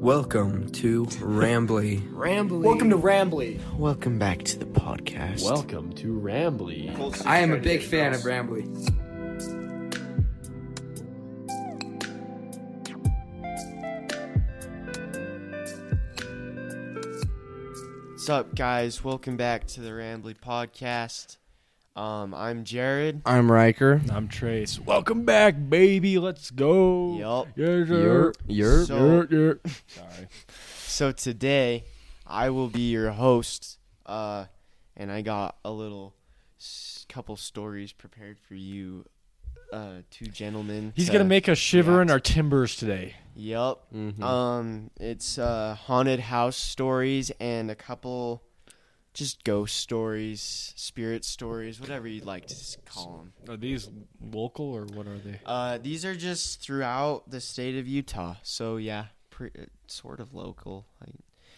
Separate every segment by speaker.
Speaker 1: Welcome to Rambly.
Speaker 2: Rambly.
Speaker 3: Welcome to Rambly.
Speaker 4: Welcome back to the podcast.
Speaker 5: Welcome to Rambly.
Speaker 1: I am a big fan of Rambly.
Speaker 4: What's up, guys? Welcome back to the Rambly podcast. Um, I'm Jared.
Speaker 6: I'm Riker.
Speaker 5: I'm Trace. Welcome back, baby. Let's go.
Speaker 4: Yup.
Speaker 5: Yeah, sure.
Speaker 6: You're, you're,
Speaker 4: So-
Speaker 5: Yeah, yeah. Sorry.
Speaker 4: So today, I will be your host, uh, and I got a little s- couple stories prepared for you, uh, two gentlemen.
Speaker 5: He's
Speaker 4: to-
Speaker 5: gonna make us shiver in
Speaker 4: yeah.
Speaker 5: our timbers today.
Speaker 4: Yup.
Speaker 5: Mm-hmm.
Speaker 4: Um, it's uh, haunted house stories and a couple, just ghost stories, spirit stories, whatever you'd like to s- call them.
Speaker 5: Are these local or what are they?
Speaker 4: Uh, these are just throughout the state of Utah. So yeah, pre- uh, sort of local. Like,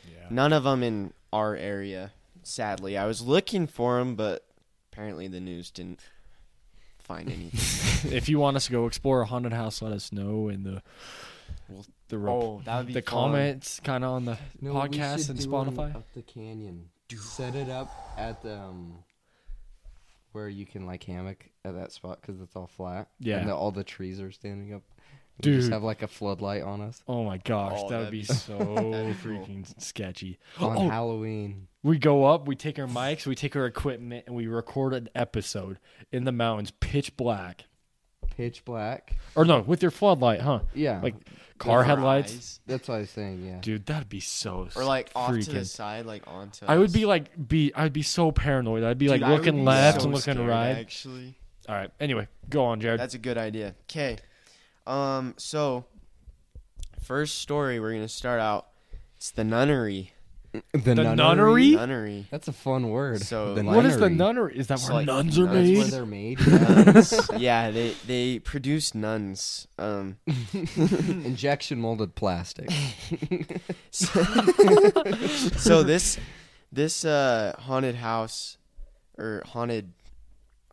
Speaker 5: Yeah.
Speaker 4: None of them in our area. Sadly, I was looking for them, but apparently the news didn't find anything.
Speaker 5: If you want us to go explore a haunted house, let us know in the the rep-
Speaker 4: Oh, that would be
Speaker 5: the
Speaker 4: fun.
Speaker 5: comments, kind of on the podcast and Spotify.
Speaker 6: Up the canyon. Set it up at the, um, where you can like hammock at that spot because it's all flat.
Speaker 5: Yeah.
Speaker 6: And the, all the trees are standing up. We just
Speaker 5: Dude.
Speaker 6: have like a floodlight on us
Speaker 5: Oh my gosh,
Speaker 4: Oh,
Speaker 5: that would
Speaker 4: that'd
Speaker 5: be
Speaker 4: be-
Speaker 5: so
Speaker 4: that'd be cool.
Speaker 5: freaking sketchy.
Speaker 6: on
Speaker 5: Oh,
Speaker 6: Halloween.
Speaker 5: We go up, we take our mics, we take our equipment, and we record an episode in the mountains, pitch black.
Speaker 6: Pitch black.
Speaker 5: Or no, with your floodlight, huh?
Speaker 6: Yeah.
Speaker 5: Like car headlights.
Speaker 4: Eyes.
Speaker 6: That's what I was saying. Yeah.
Speaker 5: Dude, that'd be so
Speaker 4: or like off to the
Speaker 5: freaking-
Speaker 4: side, like onto.
Speaker 5: I would
Speaker 4: us.
Speaker 5: be like be I'd be so paranoid. I'd be
Speaker 4: Dude, I
Speaker 5: like
Speaker 4: would
Speaker 5: looking
Speaker 4: be
Speaker 5: left
Speaker 4: so
Speaker 5: and looking
Speaker 4: scared,
Speaker 5: right.
Speaker 4: Actually,
Speaker 5: All right. Anyway, go on, Jared.
Speaker 4: that's a good idea. Okay, um, so first story we're gonna start out. It's the nunnery.
Speaker 5: the nunnery?
Speaker 4: Nunnery.
Speaker 6: That's a fun word.
Speaker 4: So-
Speaker 6: the
Speaker 5: What is the
Speaker 6: nunnery.
Speaker 5: nunnery? Is that
Speaker 4: It's
Speaker 5: where
Speaker 4: like
Speaker 5: nuns are
Speaker 4: nuns
Speaker 6: That's where
Speaker 5: made?
Speaker 6: they're made.
Speaker 4: Nuns. yeah, they they produce nuns. Um,
Speaker 6: Injection molded plastic.
Speaker 4: so this this uh haunted house or haunted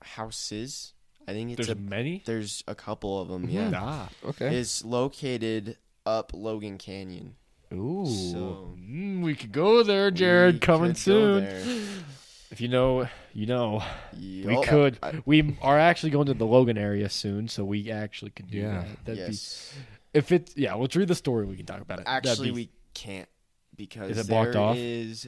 Speaker 4: houses, I think it's
Speaker 5: There's
Speaker 4: a,
Speaker 5: many.
Speaker 4: there's a couple of them. Yeah,
Speaker 5: Ah.
Speaker 6: Okay.
Speaker 4: is located up Logan Canyon.
Speaker 6: Ooh.
Speaker 4: So
Speaker 5: Mm, we could go there, Jared.
Speaker 4: we
Speaker 5: coming
Speaker 4: could go
Speaker 5: soon.
Speaker 4: there.
Speaker 5: If you know, you know.
Speaker 4: Yup. Oh,
Speaker 5: We could. we are actually going to the Logan area soon, so we actually could do
Speaker 6: Yeah.
Speaker 5: that. That'd
Speaker 4: yes.
Speaker 5: be if it's yeah. Let's read the story. We can talk about it. That'd
Speaker 4: Actually,
Speaker 5: be-
Speaker 4: we can't because
Speaker 5: Is it
Speaker 4: there
Speaker 5: blocked off?
Speaker 4: is,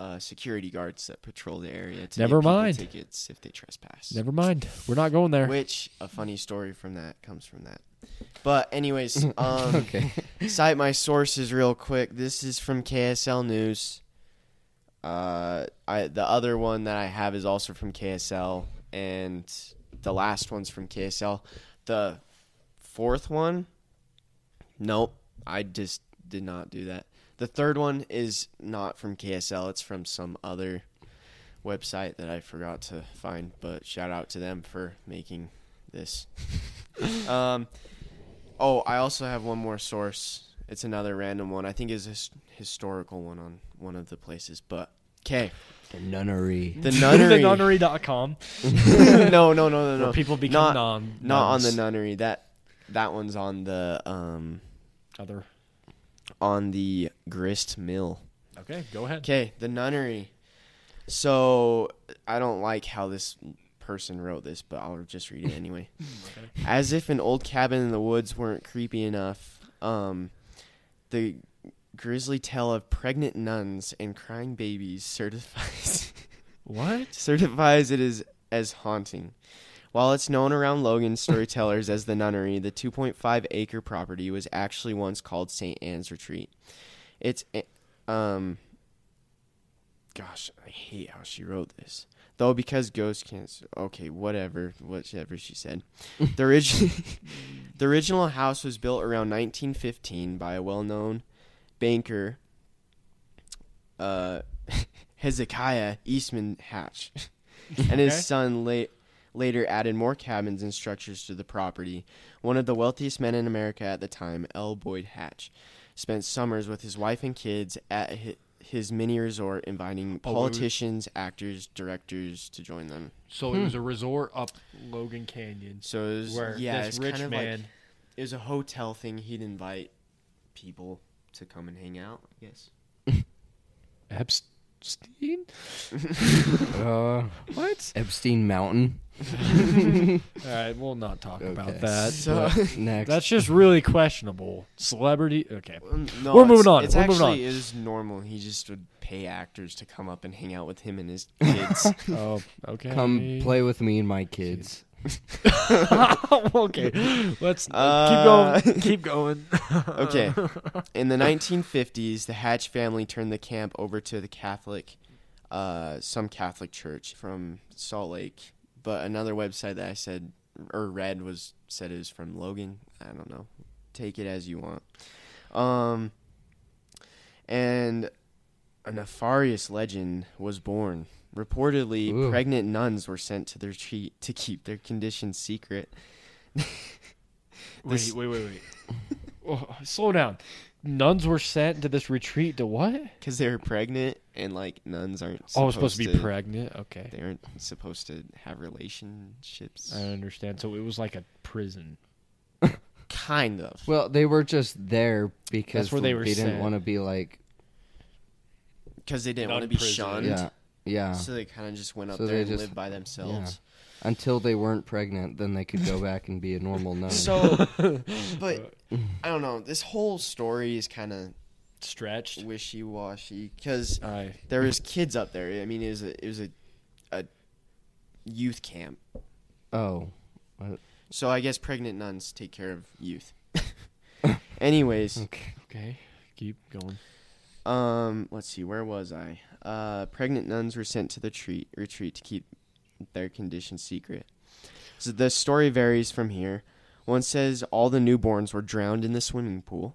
Speaker 4: uh, security guards that patrol the area. To
Speaker 5: Never
Speaker 4: give people
Speaker 5: mind.
Speaker 4: Tickets if they trespass.
Speaker 5: never mind. We're not going there.
Speaker 4: Which a funny story from that comes from that. But anyways, um,
Speaker 6: Okay.
Speaker 4: cite my sources real quick. This is from KSL News. Uh, I the other one that I have is also from KSL, and the last one's from KSL. The fourth one, nope, I just did not do that. The third one is not from KSL. It's from some other website that I forgot to find. But shout out to them for making this. um, Oh, I also have one more source. It's another random one. I think is a his- historical one on one of the places. But okay,
Speaker 6: The nunnery.
Speaker 4: the
Speaker 5: the
Speaker 4: nunnery.
Speaker 5: nunnery.com.
Speaker 4: no, no, no, no, no.
Speaker 5: Where people become
Speaker 4: not
Speaker 5: non-
Speaker 4: not on the
Speaker 5: nuns.
Speaker 4: nunnery. That that one's on the um
Speaker 5: Other.
Speaker 4: on the grist mill.
Speaker 5: Okay, go ahead.
Speaker 4: Okay, the nunnery. So I don't like how this person wrote this, but I'll just read it anyway. As if an old cabin in the woods weren't creepy enough, um, the grisly tale of pregnant nuns and crying babies certifies
Speaker 5: What?
Speaker 4: certifies it is as haunting. While it's known around Logan storytellers as the nunnery, the 2.5 acre property was actually once called St. Anne's Retreat. It's, a- um, gosh, I hate how she wrote this. Though because ghosts can't, s- okay, whatever, whatever she said. The, origi- the original house was built around 1915 by a well-known banker uh, Hezekiah Eastman Hatch, and his
Speaker 5: Okay.
Speaker 4: son late. Later, added more cabins and structures to the property. One of the wealthiest men in America at the time, L. Boyd Hatch, spent summers with his wife and kids at hi- his mini resort, inviting
Speaker 5: Oh, wait, wait.
Speaker 4: politicians, actors, directors to join them.
Speaker 5: So it was a resort up Logan Canyon.
Speaker 4: So it was,
Speaker 5: where
Speaker 4: yeah,
Speaker 5: this
Speaker 4: it's
Speaker 5: rich
Speaker 4: kind of
Speaker 5: man.
Speaker 4: like it was a hotel thing. He'd invite people to come and hang out. I guess.
Speaker 5: Epstein?
Speaker 6: Uh,
Speaker 5: What?
Speaker 6: Epstein Mountain.
Speaker 5: All right, we'll not talk
Speaker 6: Okay.
Speaker 5: about that.
Speaker 4: So-
Speaker 5: but
Speaker 6: Next.
Speaker 5: that's just really questionable. Celebrity. Okay.
Speaker 4: No,
Speaker 5: We're moving
Speaker 4: it's-
Speaker 5: on,
Speaker 4: It's
Speaker 5: we're moving
Speaker 4: actually
Speaker 5: on.
Speaker 4: it was normal. He just would pay actors to come up and hang out with him and his kids.
Speaker 5: Oh, okay.
Speaker 6: Come play with me and my kids.
Speaker 5: Oh, okay. Let's
Speaker 4: Uh,
Speaker 5: keep going. Keep going.
Speaker 4: okay.
Speaker 5: Uh.
Speaker 4: In the 1950s, the Hatch family turned the camp over to the Catholic, uh, some Catholic church from Salt Lake. But another website that I said or read was said it was from Logan. I don't know. Take it as you want. Um, and a nefarious legend was born. Reportedly,
Speaker 6: Ooh.
Speaker 4: pregnant nuns were sent to their retreat to keep their condition secret. This-
Speaker 5: Wait, wait, wait, wait. Oh, slow down. Nuns were sent to this retreat to what?
Speaker 4: because they were pregnant and like nuns aren't. Supposed
Speaker 5: Oh, it's supposed to be pregnant. Okay.
Speaker 4: They aren't supposed to have relationships.
Speaker 6: Uh,
Speaker 5: I understand. So it was like a prison.
Speaker 4: kind of.
Speaker 6: Well, they were just there because
Speaker 5: where they were
Speaker 6: didn't
Speaker 5: sent.
Speaker 6: want to be like
Speaker 4: Because they didn't want to be
Speaker 5: Non-prison.
Speaker 4: shunned.
Speaker 6: yeah yeah.
Speaker 4: So they kind of just went up
Speaker 6: So
Speaker 4: there
Speaker 6: they
Speaker 4: and
Speaker 6: just-
Speaker 4: lived by themselves.
Speaker 6: Until they weren't pregnant, then they could go back and be a normal nun.
Speaker 4: So, but I don't know. This whole story is kind of
Speaker 5: Stretched.
Speaker 4: wishy washy because
Speaker 5: I.
Speaker 4: there was kids up there. I mean, it was a, it was a, a youth camp.
Speaker 6: oh,
Speaker 4: So I guess pregnant nuns take care of youth. Anyways,
Speaker 6: okay.
Speaker 5: Okay. Keep going.
Speaker 4: Um, let's see, where was I? Uh, pregnant nuns were sent to the treat, retreat to keep their condition secret. So the story varies from here. One says all the newborns were drowned in the swimming pool.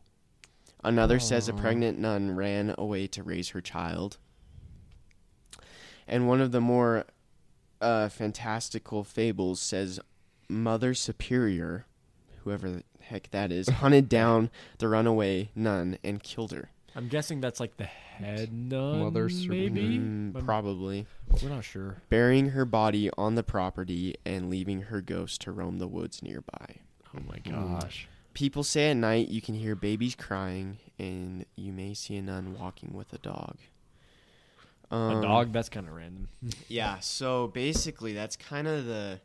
Speaker 4: Another says a pregnant nun ran away to raise her child. And one of the more uh, fantastical fables says Mother Superior, whoever the heck that is, hunted down the runaway nun and killed her.
Speaker 5: I'm guessing that's like the head nun.
Speaker 6: Mother
Speaker 5: maybe.
Speaker 4: Mm,
Speaker 5: I'm-
Speaker 4: probably.
Speaker 5: We're not sure.
Speaker 4: Burying her body on the property and leaving her ghost to roam the woods nearby.
Speaker 5: Oh my gosh.
Speaker 4: People say at night you can hear babies crying and you may see a nun walking with a dog. Um,
Speaker 5: a dog. That's kind of random.
Speaker 4: Yeah, so basically that's kind of the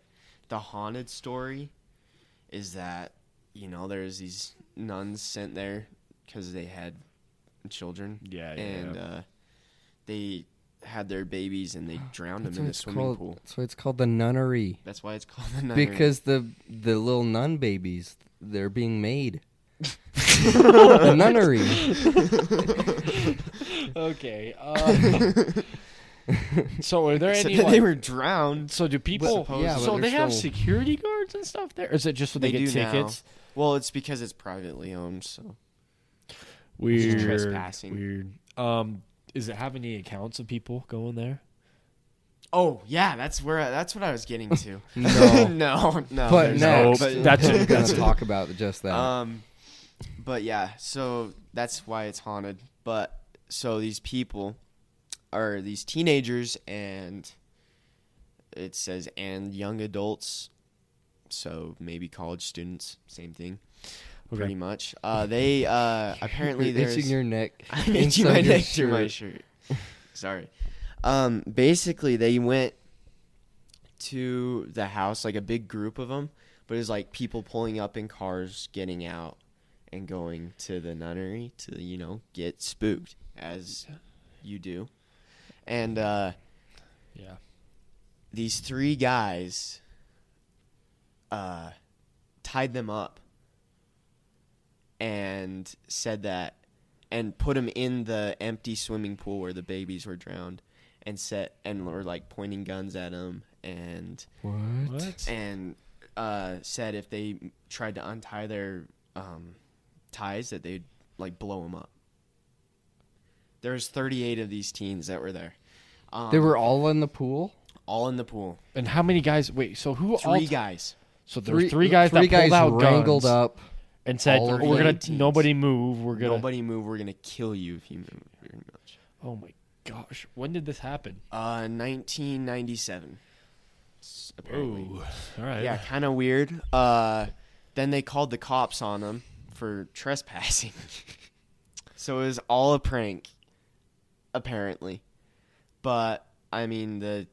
Speaker 4: the haunted story is that you know there's these nuns sent there cuz they had children.
Speaker 5: Yeah, yeah,
Speaker 4: And
Speaker 5: yeah.
Speaker 4: uh they had their babies and they drowned them
Speaker 6: That's
Speaker 4: in
Speaker 6: why
Speaker 4: the
Speaker 6: it's
Speaker 4: swimming
Speaker 6: called.
Speaker 4: pool.
Speaker 6: That's why it's called the nunnery.
Speaker 4: That's why it's called the nunnery.
Speaker 6: Because the the little nun babies, they're being made. the nunnery.
Speaker 5: Okay. Um, so are there
Speaker 4: Except
Speaker 5: any?
Speaker 4: that
Speaker 5: Like,
Speaker 4: they were drowned.
Speaker 5: so do people?
Speaker 4: But- yeah, but
Speaker 5: so
Speaker 6: they're
Speaker 5: they have
Speaker 6: still-
Speaker 5: security guards and stuff there. Or is it just so they, get
Speaker 4: now.
Speaker 5: tickets?
Speaker 4: Well, it's because it's privately owned. So
Speaker 5: Weird.
Speaker 4: trespassing.
Speaker 5: Weird. Um, is it have any accounts of people going there?
Speaker 4: oh yeah, that's where that's what I was getting to.
Speaker 6: No.
Speaker 4: no, no.
Speaker 6: But
Speaker 4: Oh,
Speaker 6: next,
Speaker 4: there's
Speaker 5: no-
Speaker 4: but-
Speaker 5: that's-
Speaker 6: we're gonna
Speaker 5: that's-
Speaker 6: talk about just that.
Speaker 4: Um, but yeah, so that's why it's haunted. But so these people are these teenagers, and it says and young adults, so maybe college students, same thing,
Speaker 5: Okay.
Speaker 4: pretty much. Uh, they uh, apparently
Speaker 6: You're
Speaker 4: there's
Speaker 6: itching your neck.
Speaker 4: I'm
Speaker 6: inside
Speaker 4: itching my
Speaker 6: your
Speaker 4: neck through my
Speaker 6: shirt.
Speaker 4: shirt. Sorry. Um, basically, they went to the house, like a big group of them, but it was like people pulling up in cars, getting out, and going to the nunnery to, you know, get spooked, as you do. And uh,
Speaker 5: Yeah.
Speaker 4: these three guys uh, tied them up and said that and put them in the empty swimming pool where the babies were drowned and set and were like pointing guns at them and
Speaker 6: What?
Speaker 5: What?
Speaker 4: and uh, said if they tried to untie their um, ties that they'd like blow them up There was 38 of these teens that were there. Um,
Speaker 6: They were all in the pool.
Speaker 4: all in the pool.
Speaker 5: And how many guys? Wait, so who?
Speaker 4: Three
Speaker 5: all
Speaker 4: guys.
Speaker 5: So there's three, guys
Speaker 6: three
Speaker 5: that pulled
Speaker 6: guys
Speaker 5: out
Speaker 6: wrangled
Speaker 5: guns
Speaker 6: up.
Speaker 5: and said,
Speaker 6: all
Speaker 5: "We're
Speaker 6: of
Speaker 5: gonna
Speaker 4: the teams.
Speaker 5: nobody move. We're gonna."
Speaker 4: Nobody move. We're gonna kill you if you move. Very much.
Speaker 5: Oh my gosh! When did this happen?
Speaker 4: Uh, 1997. S- Apparently.
Speaker 5: Oh, all right.
Speaker 4: Yeah, kind of weird. Uh, then they called the cops on them for trespassing. so it was all a prank, apparently. But I mean, the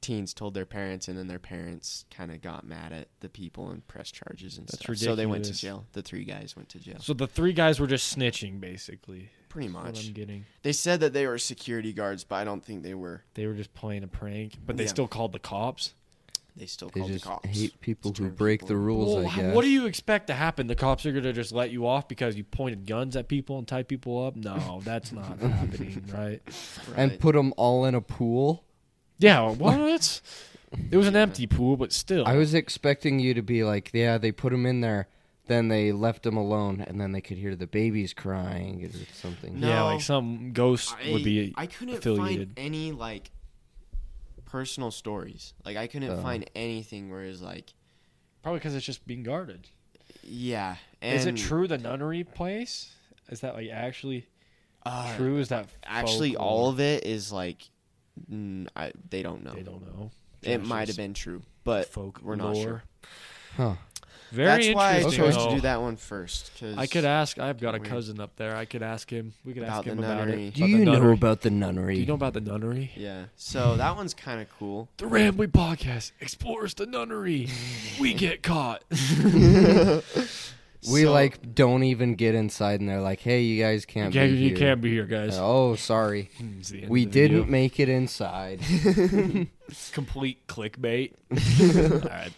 Speaker 4: teens told their parents, and then their parents kind of got mad at the people and pressed charges and
Speaker 5: That's
Speaker 4: stuff. So they went to
Speaker 5: ridiculous.
Speaker 4: jail. The three guys went to jail.
Speaker 5: So the three guys were just snitching, basically.
Speaker 4: Pretty
Speaker 5: is What
Speaker 4: much.
Speaker 5: I'm getting.
Speaker 4: They said that they were security guards, but I don't think they were.
Speaker 5: They were just playing a prank, but they
Speaker 4: Yeah.
Speaker 5: still called the cops.
Speaker 4: They still
Speaker 6: They
Speaker 4: called
Speaker 6: just
Speaker 4: the cops.
Speaker 6: hate people
Speaker 4: It's
Speaker 6: who
Speaker 4: turned
Speaker 6: break the
Speaker 4: people-
Speaker 6: rules.
Speaker 5: Well,
Speaker 6: I guess.
Speaker 5: what do you expect to happen? The cops are gonna just let you off because you pointed guns at people and tied people up? No, that's not happening, right?
Speaker 4: Right.
Speaker 6: And put them all in a pool.
Speaker 5: Yeah, what? It was an empty pool, but still.
Speaker 6: I was expecting you to be like, yeah, they put them in there, then they left them alone, and then they could hear the babies crying or something.
Speaker 4: No.
Speaker 5: yeah, like some ghost
Speaker 4: I,
Speaker 5: would be
Speaker 4: I couldn't
Speaker 5: affiliated.
Speaker 4: find any like personal stories. Like I
Speaker 6: Uh-huh.
Speaker 4: couldn't find anything where it's like,
Speaker 5: Probably because it's just being guarded.
Speaker 4: yeah. And,
Speaker 5: Is it true the nunnery place? Is that like actually
Speaker 4: Uh,
Speaker 5: true? Is that
Speaker 4: Actually,
Speaker 5: folklore?
Speaker 4: all of it is like, mm, I, they don't know.
Speaker 5: they don't know.
Speaker 4: It
Speaker 5: Josh
Speaker 4: might
Speaker 5: is
Speaker 4: have been true, but
Speaker 5: folk.
Speaker 4: we're not sure.
Speaker 6: Huh.
Speaker 5: Very
Speaker 4: That's why I
Speaker 5: interesting.
Speaker 4: chose
Speaker 5: though.
Speaker 4: to do that one first. 'cause
Speaker 5: I could ask. I've got a
Speaker 4: Weird.
Speaker 5: cousin up there. I could ask him. We could
Speaker 4: About
Speaker 5: ask
Speaker 4: the
Speaker 5: him about
Speaker 4: nunnery.
Speaker 5: it.
Speaker 6: Do
Speaker 5: About the
Speaker 6: you know
Speaker 5: nunnery.
Speaker 6: about the nunnery?
Speaker 5: Do you know about the nunnery?
Speaker 4: Yeah. So that one's kind of cool.
Speaker 5: The Rambly Podcast explores the nunnery. we get caught.
Speaker 6: we
Speaker 4: So-
Speaker 6: like don't even get inside, and they're like, "Hey, you guys can't
Speaker 5: yeah,
Speaker 6: be
Speaker 5: you
Speaker 6: here."
Speaker 5: can't be here, guys.
Speaker 6: Oh, sorry,
Speaker 5: It's the end
Speaker 6: we
Speaker 5: of the video.
Speaker 6: didn't make it inside,
Speaker 5: complete clickbait. All right.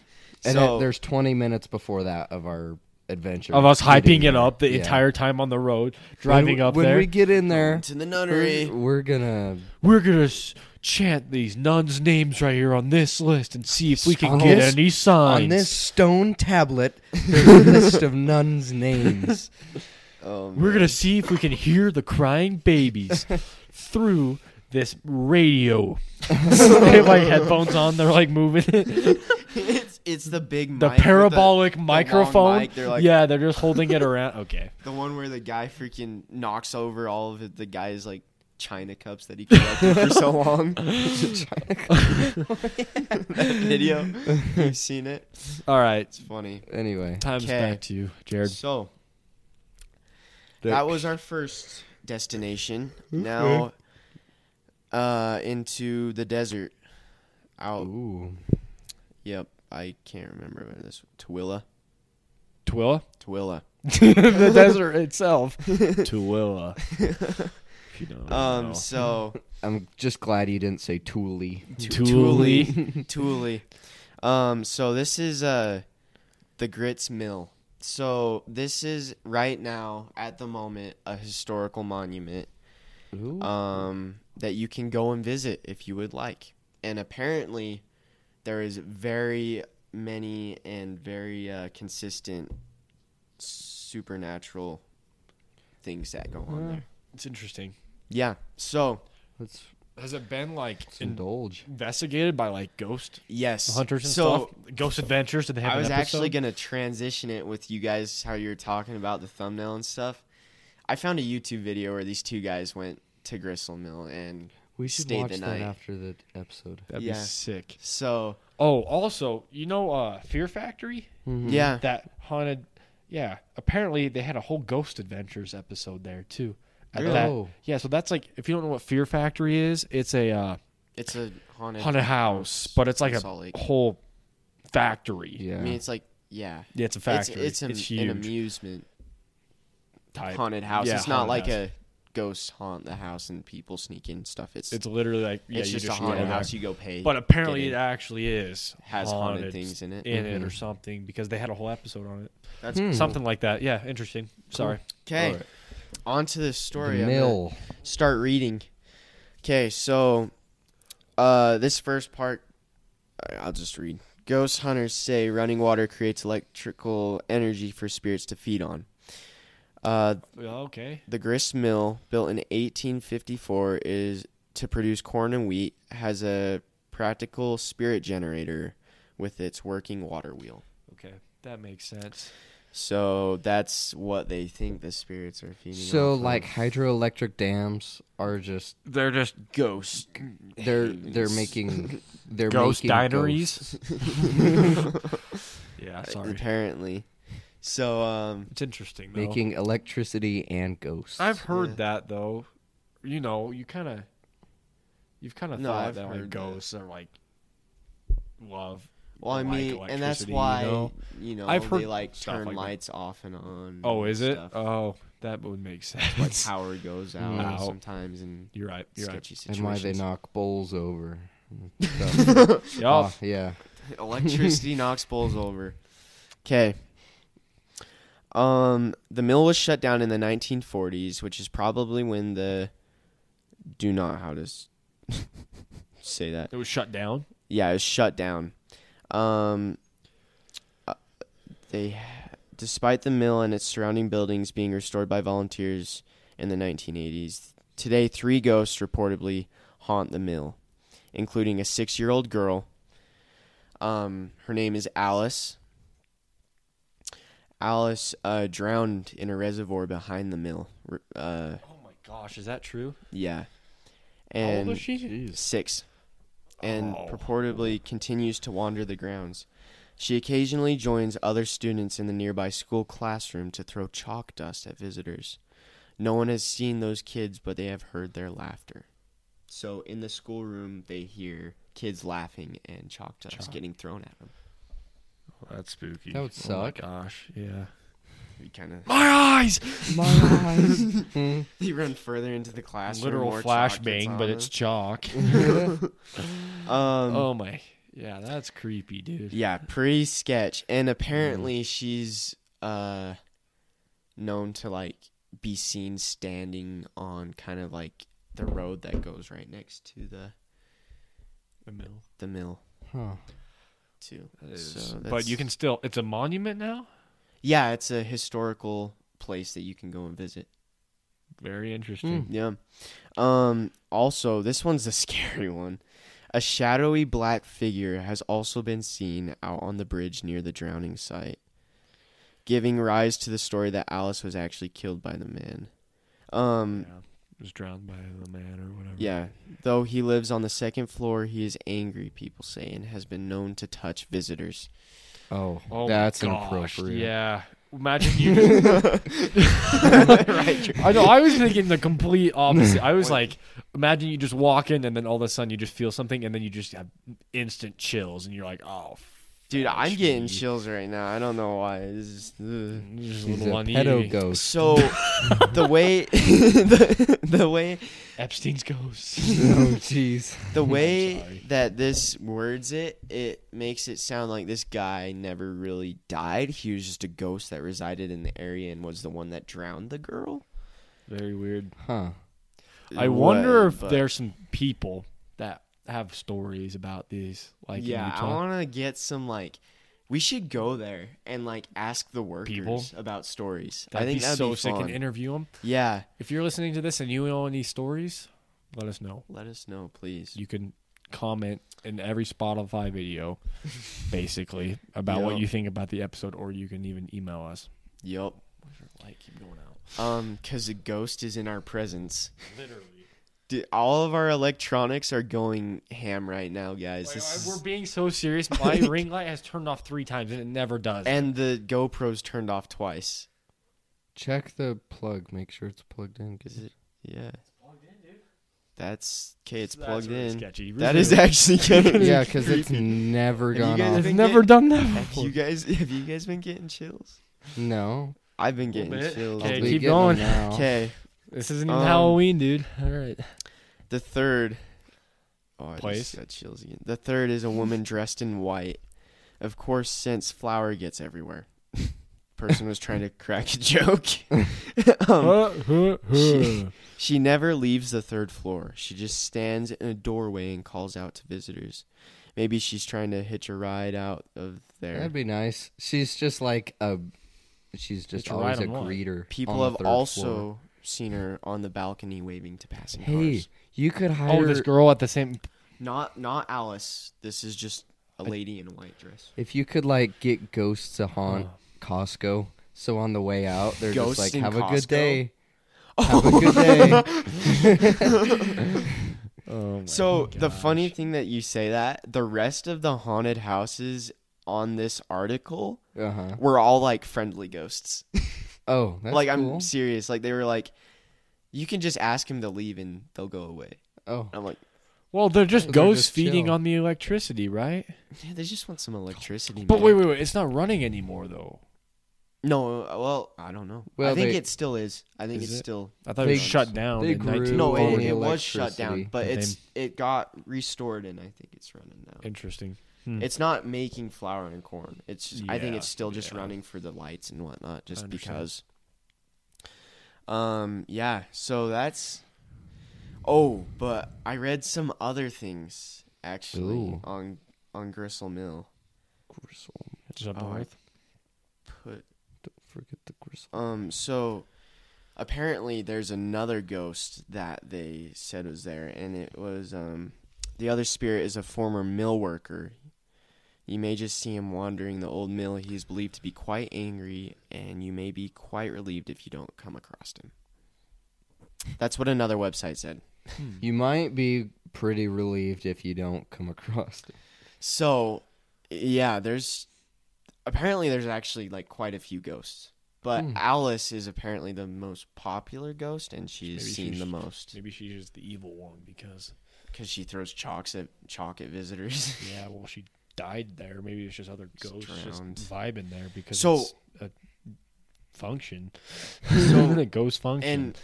Speaker 6: and
Speaker 4: So-
Speaker 6: it, there's 20 minutes before that of our adventure
Speaker 5: Of us hyping
Speaker 6: Getting
Speaker 5: it up the
Speaker 6: Yeah.
Speaker 5: entire time on the road,
Speaker 6: When
Speaker 5: driving
Speaker 6: we-
Speaker 5: up
Speaker 6: when
Speaker 5: there.
Speaker 6: we get in there,
Speaker 4: To
Speaker 6: we're,
Speaker 4: the nunnery.
Speaker 6: we're gonna
Speaker 5: we're gonna s- chant these nuns' names right here on this list and see if we can
Speaker 6: On
Speaker 5: get
Speaker 6: this-
Speaker 5: any signs.
Speaker 6: on this stone tablet. There's a list of nuns' names.
Speaker 4: Oh,
Speaker 5: we're gonna see if we can hear the crying babies through this radio. they have like headphones on. They're like moving it.
Speaker 4: it's it's the big mic
Speaker 5: The
Speaker 4: with
Speaker 5: parabolic
Speaker 4: the long
Speaker 5: microphone.
Speaker 4: mic. They're like,
Speaker 5: yeah, they're just holding it around. Okay.
Speaker 4: The one where the guy freaking knocks over all of the guy's like china cups that he collected for so long. that video, you've seen it.
Speaker 5: All right.
Speaker 4: It's funny.
Speaker 6: Anyway,
Speaker 5: Time's
Speaker 4: Okay.
Speaker 5: back to you, Jared.
Speaker 4: So that was our first destination.
Speaker 5: Hmm?
Speaker 4: Now, uh, into the desert. Out.
Speaker 6: ooh,
Speaker 4: Yep. I can't remember where this. Tooele.
Speaker 5: Twilla.
Speaker 4: Tooele.
Speaker 5: the desert itself. Tooele. uh, If you don't
Speaker 4: Um.
Speaker 5: know.
Speaker 4: So.
Speaker 6: I'm just glad you didn't say Thule.
Speaker 5: Thule.
Speaker 4: Thule. Um, so this is uh the Grits Mill. So this is right now at the moment a historical monument
Speaker 6: Ooh.
Speaker 4: um that you can go and visit if you would like. And apparently there is very many and very uh, consistent supernatural things that go on there.
Speaker 5: It's interesting.
Speaker 4: Yeah. So,
Speaker 6: Let's,
Speaker 5: Has it been like
Speaker 6: let's
Speaker 5: in-
Speaker 6: indulge.
Speaker 5: investigated by like ghost
Speaker 4: yes.
Speaker 5: hunters and
Speaker 4: so,
Speaker 5: stuff? Ghost adventures? Did they have
Speaker 4: I
Speaker 5: an
Speaker 4: was actually
Speaker 5: episode?
Speaker 4: gonna transition it with you guys how you were talking about the thumbnail and stuff. I found a YouTube video where these two guys went to Gristle Mill and
Speaker 6: We
Speaker 4: should Stay watch the that night.
Speaker 6: after the episode.
Speaker 5: That'd
Speaker 4: yeah.
Speaker 5: be sick.
Speaker 4: so
Speaker 5: Oh, also, you know, uh, Fear Factory
Speaker 4: yeah.
Speaker 5: that haunted. Yeah, apparently they had a whole Ghost Adventures episode there too. At
Speaker 6: Really?
Speaker 5: that-
Speaker 6: Oh.
Speaker 5: yeah, so that's like if you don't know what Fear Factory is, it's a uh,
Speaker 4: it's a haunted
Speaker 5: haunted house, but it's like
Speaker 4: in
Speaker 5: a
Speaker 4: Salt Lake.
Speaker 5: whole factory.
Speaker 6: Yeah.
Speaker 4: I mean it's like yeah.
Speaker 5: Yeah, it's a
Speaker 4: It's,
Speaker 5: factory.
Speaker 4: it's,
Speaker 5: It's,
Speaker 4: an, an
Speaker 5: huge.
Speaker 4: amusement
Speaker 5: type.
Speaker 4: haunted house.
Speaker 5: Yeah,
Speaker 4: it's not
Speaker 5: haunted
Speaker 4: like
Speaker 5: house.
Speaker 4: a ghost haunt the house and people sneak in and stuff. It's
Speaker 5: It's
Speaker 4: it's,
Speaker 5: literally like yeah, you
Speaker 4: just,
Speaker 5: just
Speaker 4: a haunted
Speaker 5: go there.
Speaker 4: house. You go pay,
Speaker 5: But apparently,
Speaker 4: get
Speaker 5: it
Speaker 4: in.
Speaker 5: actually is
Speaker 4: Has haunted things in it. Mm-hmm.
Speaker 5: in it or something because they had a whole episode on it,
Speaker 4: that's
Speaker 5: something like that. Yeah, interesting. Sorry.
Speaker 4: okay.
Speaker 6: Alright.
Speaker 4: On to the story.
Speaker 6: The
Speaker 4: I'm gonna-
Speaker 6: mill.
Speaker 4: start reading. Okay, so uh, this first part, I- I'll just read. Ghost hunters say running water creates electrical energy for spirits to feed on. Uh,
Speaker 5: Yeah, okay.
Speaker 4: the grist mill, built in 1854, is to produce corn and wheat, has a practical spirit generator with its working water wheel.
Speaker 5: Okay. That makes sense.
Speaker 4: So that's what they think the spirits are feeding.
Speaker 6: So
Speaker 4: off of.
Speaker 6: like hydroelectric dams are just
Speaker 5: They're just ghosts.
Speaker 6: they're they're making they're
Speaker 5: Ghost
Speaker 6: making
Speaker 5: dineries. yeah, sorry.
Speaker 4: apparently. So um,
Speaker 5: It's interesting
Speaker 6: ghosts,
Speaker 5: though.
Speaker 6: making electricity and ghosts.
Speaker 5: I've heard that though. You know, you kind of, you've kind of
Speaker 4: No,
Speaker 5: thought
Speaker 4: I've
Speaker 5: that like
Speaker 4: heard that.
Speaker 5: ghosts are like love.
Speaker 4: well, I
Speaker 5: like
Speaker 4: mean, and that's
Speaker 5: electricity, you
Speaker 4: why you know,
Speaker 5: know? I've
Speaker 4: they
Speaker 5: heard
Speaker 4: like
Speaker 5: stuff
Speaker 4: turn
Speaker 5: like that.
Speaker 4: lights off and on.
Speaker 5: Oh,
Speaker 4: and
Speaker 5: is it?
Speaker 4: Mm, stuff.
Speaker 5: Oh, that would make sense.
Speaker 4: like power goes out
Speaker 5: Wow.
Speaker 4: sometimes in
Speaker 5: you're right. You're right.
Speaker 4: sketchy
Speaker 6: and why
Speaker 4: situations.
Speaker 6: they knock bowls over. Stuff.
Speaker 5: Yup.
Speaker 6: Oh, yeah.
Speaker 4: Electricity knocks bowls over. Okay. Um, the mill was shut down in the 1940s, which is probably when the do not how to s- say that.
Speaker 5: It was shut down.
Speaker 4: Yeah, it was shut down. Um, uh, they, despite the mill and its surrounding buildings being restored by volunteers in the 1980s, today three ghosts reportedly haunt the mill, including a six-year-old girl. Um, her name is Alice. Alice uh, drowned in a reservoir behind the mill. R- Uh,
Speaker 5: Oh my gosh, is that true?
Speaker 4: yeah, and
Speaker 5: she?
Speaker 4: six, and
Speaker 5: Oh.
Speaker 4: purportedly continues to wander the grounds. She occasionally joins other students in the nearby school classroom to throw chalk dust at visitors. No one has seen those kids, but they have heard their laughter. So in the schoolroom, they hear kids laughing and chalk dust getting thrown at them.
Speaker 5: That's spooky.
Speaker 6: That would
Speaker 5: Oh my
Speaker 6: suck.
Speaker 5: gosh, yeah.
Speaker 4: We kind of
Speaker 5: My eyes.
Speaker 6: My eyes.
Speaker 4: they run further into the classroom.
Speaker 5: Literal
Speaker 4: more chalk gets
Speaker 5: flashbang,
Speaker 4: on
Speaker 5: but
Speaker 4: them.
Speaker 5: it's chalk.
Speaker 4: um,
Speaker 5: oh my. Yeah, that's creepy, dude.
Speaker 4: Yeah, pretty sketch.
Speaker 5: Mm-hmm.
Speaker 4: And apparently she's uh known to like be seen standing on kind of like the road that goes right next to the
Speaker 5: The mill.
Speaker 4: the mill
Speaker 6: Huh.
Speaker 4: too.
Speaker 5: Is-
Speaker 4: So
Speaker 5: but you
Speaker 4: that's-
Speaker 5: can still. It's a monument now.
Speaker 4: Yeah, it's a historical place that you can go and visit.
Speaker 5: Very interesting.
Speaker 4: Yeah. Um also, this one's a scary one. A shadowy black figure has also been seen out on the bridge near the drowning site, giving rise to the story that Alice was actually killed by the man. Um
Speaker 5: Yeah. Was drowned by the man or whatever.
Speaker 4: yeah, though he lives on the second floor, he is angry, people say, and has been known to touch visitors.
Speaker 6: Oh,
Speaker 5: Oh my
Speaker 6: that's
Speaker 5: gosh,
Speaker 6: inappropriate.
Speaker 5: Yeah. Imagine you. Just... I know. I was thinking the complete opposite. I was like, imagine you just walk in and then all of a sudden you just feel something and then you just have instant chills and you're like, oh,
Speaker 4: Dude, I'm
Speaker 5: fudge
Speaker 4: getting
Speaker 5: me.
Speaker 4: chills right now. I don't know why. This is, ugh.
Speaker 5: Just
Speaker 6: He's a
Speaker 5: little
Speaker 6: pedo
Speaker 5: uneasy.
Speaker 6: ghost.
Speaker 4: So the way the, the way
Speaker 5: Epstein's ghost.
Speaker 6: oh, jeez.
Speaker 4: the way
Speaker 5: sorry.
Speaker 4: that this words it, it makes it sound like this guy never really died. He was just a ghost that resided in the area and was the one that drowned the girl.
Speaker 5: Very weird.
Speaker 6: Huh.
Speaker 5: I wonder
Speaker 4: What-
Speaker 5: if
Speaker 4: but-
Speaker 5: there's some people that have stories about these. Like in
Speaker 4: yeah, I
Speaker 5: Utah.
Speaker 4: want to get some like. We should go there and like ask the workers
Speaker 5: People?
Speaker 4: about stories.
Speaker 5: That'd
Speaker 4: I think
Speaker 5: be
Speaker 4: that'd
Speaker 5: so
Speaker 4: be
Speaker 5: sick
Speaker 4: fun.
Speaker 5: and interview them.
Speaker 4: yeah,
Speaker 5: If you're listening to this and you know any stories, let us know.
Speaker 4: let us know, please.
Speaker 5: You can comment in every Spotify video, basically, about what
Speaker 4: Yep.
Speaker 5: you think about the episode, or you can even email us.
Speaker 4: yep.
Speaker 5: Like, keep going out.
Speaker 4: Um, because a ghost is in our presence. Literally. Dude, all of our electronics are going ham right now, guys. This is-
Speaker 5: we're being so serious. My ring light has turned off three times, and it never does.
Speaker 4: and the GoPro's turned off twice.
Speaker 6: Check the plug. Make sure it's plugged in.
Speaker 4: Is it? Yeah. That's okay. It's plugged
Speaker 5: really
Speaker 4: in.
Speaker 5: sketchy.
Speaker 4: That is actually kind
Speaker 6: Yeah, because it's never
Speaker 4: Have you
Speaker 6: gone
Speaker 4: guys
Speaker 6: off.
Speaker 4: been
Speaker 5: I've never
Speaker 4: get-
Speaker 5: done that
Speaker 4: Have
Speaker 5: before.
Speaker 4: you guys? Have you guys been getting chills?
Speaker 6: No.
Speaker 4: I've been getting
Speaker 5: bit.
Speaker 4: chills.
Speaker 5: Okay,
Speaker 6: I'll be
Speaker 5: keep
Speaker 6: getting
Speaker 5: going.
Speaker 6: them Now.
Speaker 4: Okay,
Speaker 5: This isn't even
Speaker 4: Um,
Speaker 5: Halloween, dude. All right.
Speaker 4: the third. Oh, I
Speaker 5: Place?
Speaker 4: just got chills again. The third is a woman dressed in white. Of course, since flour gets everywhere. Person was trying to crack a joke. um, she- she never leaves the third floor. She just stands in a doorway and calls out to visitors. Maybe she's trying to hitch a ride out of there.
Speaker 6: That'd be nice. She's just like a. but she's just
Speaker 5: It's right
Speaker 6: always a
Speaker 5: on line.
Speaker 6: greeter. on
Speaker 4: People
Speaker 6: the
Speaker 4: have
Speaker 6: third
Speaker 4: also
Speaker 6: floor.
Speaker 4: seen her on the balcony waving to passing
Speaker 6: Hey,
Speaker 4: cars.
Speaker 6: you could hire
Speaker 5: Oh, this girl at the same.
Speaker 4: Not not Alice. This is just a lady in a white dress.
Speaker 6: if you could like get ghosts to haunt Costco. So on the way out, they're
Speaker 4: Oh. Ghosts
Speaker 6: just
Speaker 4: in
Speaker 6: like, "Have a good
Speaker 4: Costco?
Speaker 6: day." Have a good day. Oh
Speaker 4: So the funny thing that you say that the rest of the haunted houses on this article
Speaker 6: Uh huh.
Speaker 4: were all like friendly ghosts.
Speaker 6: Oh, that's
Speaker 4: like
Speaker 6: cool.
Speaker 4: I'm serious. Like they were like, you can just ask him to leave and they'll go away.
Speaker 6: Oh,
Speaker 4: And I'm like,
Speaker 5: Well, they're just
Speaker 6: They're
Speaker 5: ghosts
Speaker 6: just
Speaker 5: feeding
Speaker 6: chill.
Speaker 5: on the electricity, right?
Speaker 4: yeah, they just want some electricity.
Speaker 5: But
Speaker 4: man."
Speaker 5: wait, wait, wait. It's not running anymore, though.
Speaker 4: No, uh, well, I don't know. I
Speaker 6: Well,
Speaker 4: think
Speaker 6: they-
Speaker 4: it still is. I think
Speaker 5: Is
Speaker 4: it's
Speaker 5: it?
Speaker 4: still.
Speaker 5: I thought
Speaker 6: They-
Speaker 5: it was shut down.
Speaker 6: they
Speaker 5: in
Speaker 6: grew
Speaker 5: 19-
Speaker 4: No,
Speaker 6: on
Speaker 4: it,
Speaker 6: the
Speaker 4: it was shut down,
Speaker 6: electricity.
Speaker 4: but
Speaker 5: They-
Speaker 4: it's it got restored and I think it's running now.
Speaker 5: Interesting.
Speaker 4: It's not making flour and corn. It's just, I think
Speaker 5: Yeah,
Speaker 4: it's still just
Speaker 5: yeah.
Speaker 4: running for the lights and whatnot, just because.
Speaker 5: understand.
Speaker 4: Um. Yeah. So that's. Oh, but I read some other things actually
Speaker 6: Ooh.
Speaker 4: on on Gristle Mill.
Speaker 6: gristle.
Speaker 5: It's up
Speaker 4: Oh, I
Speaker 5: north.
Speaker 4: Put
Speaker 6: Don't forget the gristle.
Speaker 4: um. So, apparently, there's another ghost that they said was there, and it was um. The other spirit is a former mill worker. You may just see him wandering the old mill. He is believed to be quite angry, and you may be quite relieved if you don't come across him. That's what another website said.
Speaker 6: You might be pretty relieved if you don't come across it.
Speaker 4: So, yeah, there's apparently there's actually like quite a few ghosts, but
Speaker 5: Hmm.
Speaker 4: Alice is apparently the most popular ghost, and she's
Speaker 5: Maybe
Speaker 4: seen
Speaker 5: she's-
Speaker 4: the most
Speaker 5: Maybe she's just the evil one because
Speaker 4: because she throws chalks at chalk at visitors.
Speaker 5: yeah, well, she died there. Maybe it's just other
Speaker 4: Just
Speaker 5: ghosts just
Speaker 4: drowned.
Speaker 5: vibing there because
Speaker 4: So-
Speaker 5: it's a function.
Speaker 4: So-
Speaker 5: a ghost function.
Speaker 4: And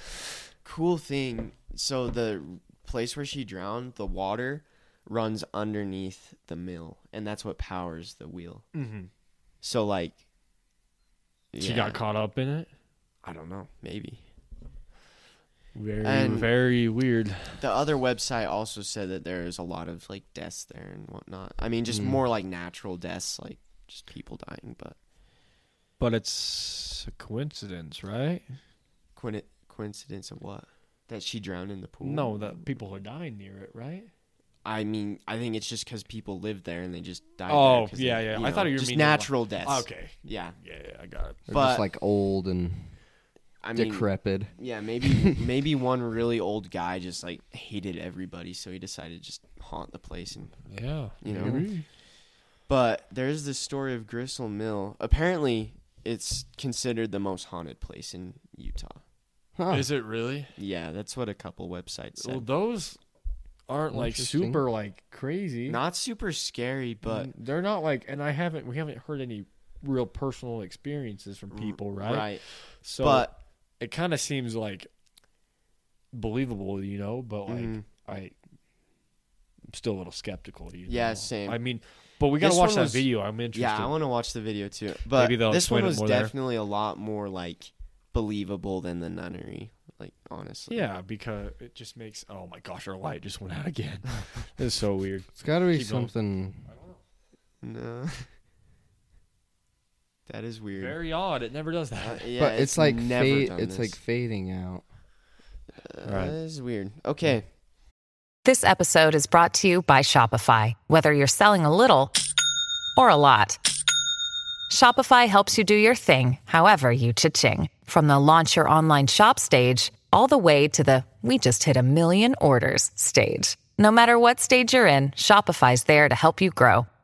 Speaker 4: cool thing, so the place where she drowned, the water runs underneath the mill, and that's what powers the wheel.
Speaker 5: Mhm.
Speaker 4: So like,
Speaker 5: she
Speaker 4: yeah,
Speaker 5: got caught up in it.
Speaker 4: I don't know, maybe.
Speaker 5: Very,
Speaker 4: And-
Speaker 5: very weird.
Speaker 4: The other website also said that there is a lot of like deaths there and whatnot. I mean, just
Speaker 5: Mm-hmm.
Speaker 4: more like natural deaths, like just people dying, but
Speaker 5: But it's a coincidence, right?
Speaker 4: coin- coincidence of what? That she drowned in the pool?
Speaker 5: No, that people are dying near it, right?
Speaker 4: I mean, I think it's just because people lived there and they just died.
Speaker 5: Oh,
Speaker 4: there 'cause they-
Speaker 5: yeah, yeah. I thought you were
Speaker 4: just
Speaker 5: meaning like- Ah,
Speaker 4: natural deaths.
Speaker 5: Okay.
Speaker 4: Yeah,
Speaker 5: Yeah, yeah, I got it.
Speaker 6: They're
Speaker 4: But-
Speaker 6: just like old and
Speaker 4: I mean,
Speaker 6: decrepit.
Speaker 4: yeah, maybe maybe one really old guy just like hated everybody, so he decided to just haunt the place. And
Speaker 5: Yeah.
Speaker 4: You know? but there's this story of Gristle Mill. Apparently, it's considered the most haunted place in Utah.
Speaker 6: Huh.
Speaker 5: Is it really?
Speaker 4: Yeah, that's what a couple websites
Speaker 5: Well,
Speaker 4: said.
Speaker 5: those aren't like
Speaker 6: Interesting.
Speaker 5: super like crazy.
Speaker 4: Not super scary, but
Speaker 5: they're not like, and I haven't, we haven't heard any real personal experiences from people, right?
Speaker 4: right.
Speaker 5: So
Speaker 4: But-
Speaker 5: it kind of seems like believable, you know, but like
Speaker 4: Mhm.
Speaker 5: I, I'm still a little skeptical. You
Speaker 4: Yeah,
Speaker 5: know?
Speaker 4: same.
Speaker 5: I mean, but we gotta
Speaker 4: This
Speaker 5: watch
Speaker 4: one
Speaker 5: that
Speaker 4: was-
Speaker 5: video. I'm interested.
Speaker 4: Yeah, I want to watch the video too. But
Speaker 5: Maybe they'll
Speaker 4: this
Speaker 5: explain
Speaker 4: one
Speaker 5: it
Speaker 4: was
Speaker 5: more there.
Speaker 4: definitely a lot more like believable than the nunnery. Like honestly,
Speaker 5: Yeah, because it just makes. Oh my gosh, our light just went out again. it's so weird.
Speaker 6: It's got to be
Speaker 5: Keep going.
Speaker 6: something.
Speaker 4: no, that is weird.
Speaker 5: Very odd. It never does
Speaker 4: Uh,
Speaker 5: that.
Speaker 4: yeah,
Speaker 6: but it's, like
Speaker 4: never
Speaker 6: fade-
Speaker 4: done
Speaker 6: it's
Speaker 4: this.
Speaker 6: like fading out.
Speaker 4: Uh,
Speaker 5: Right.
Speaker 4: That is weird. Okay,
Speaker 7: This episode is brought to you by Shopify. Whether you're selling a little or a lot, Shopify helps you do your thing, however you cha-ching. From the launch your online shop stage, all the way to the we just hit a million orders stage. No matter what stage you're in, Shopify's there to help you grow.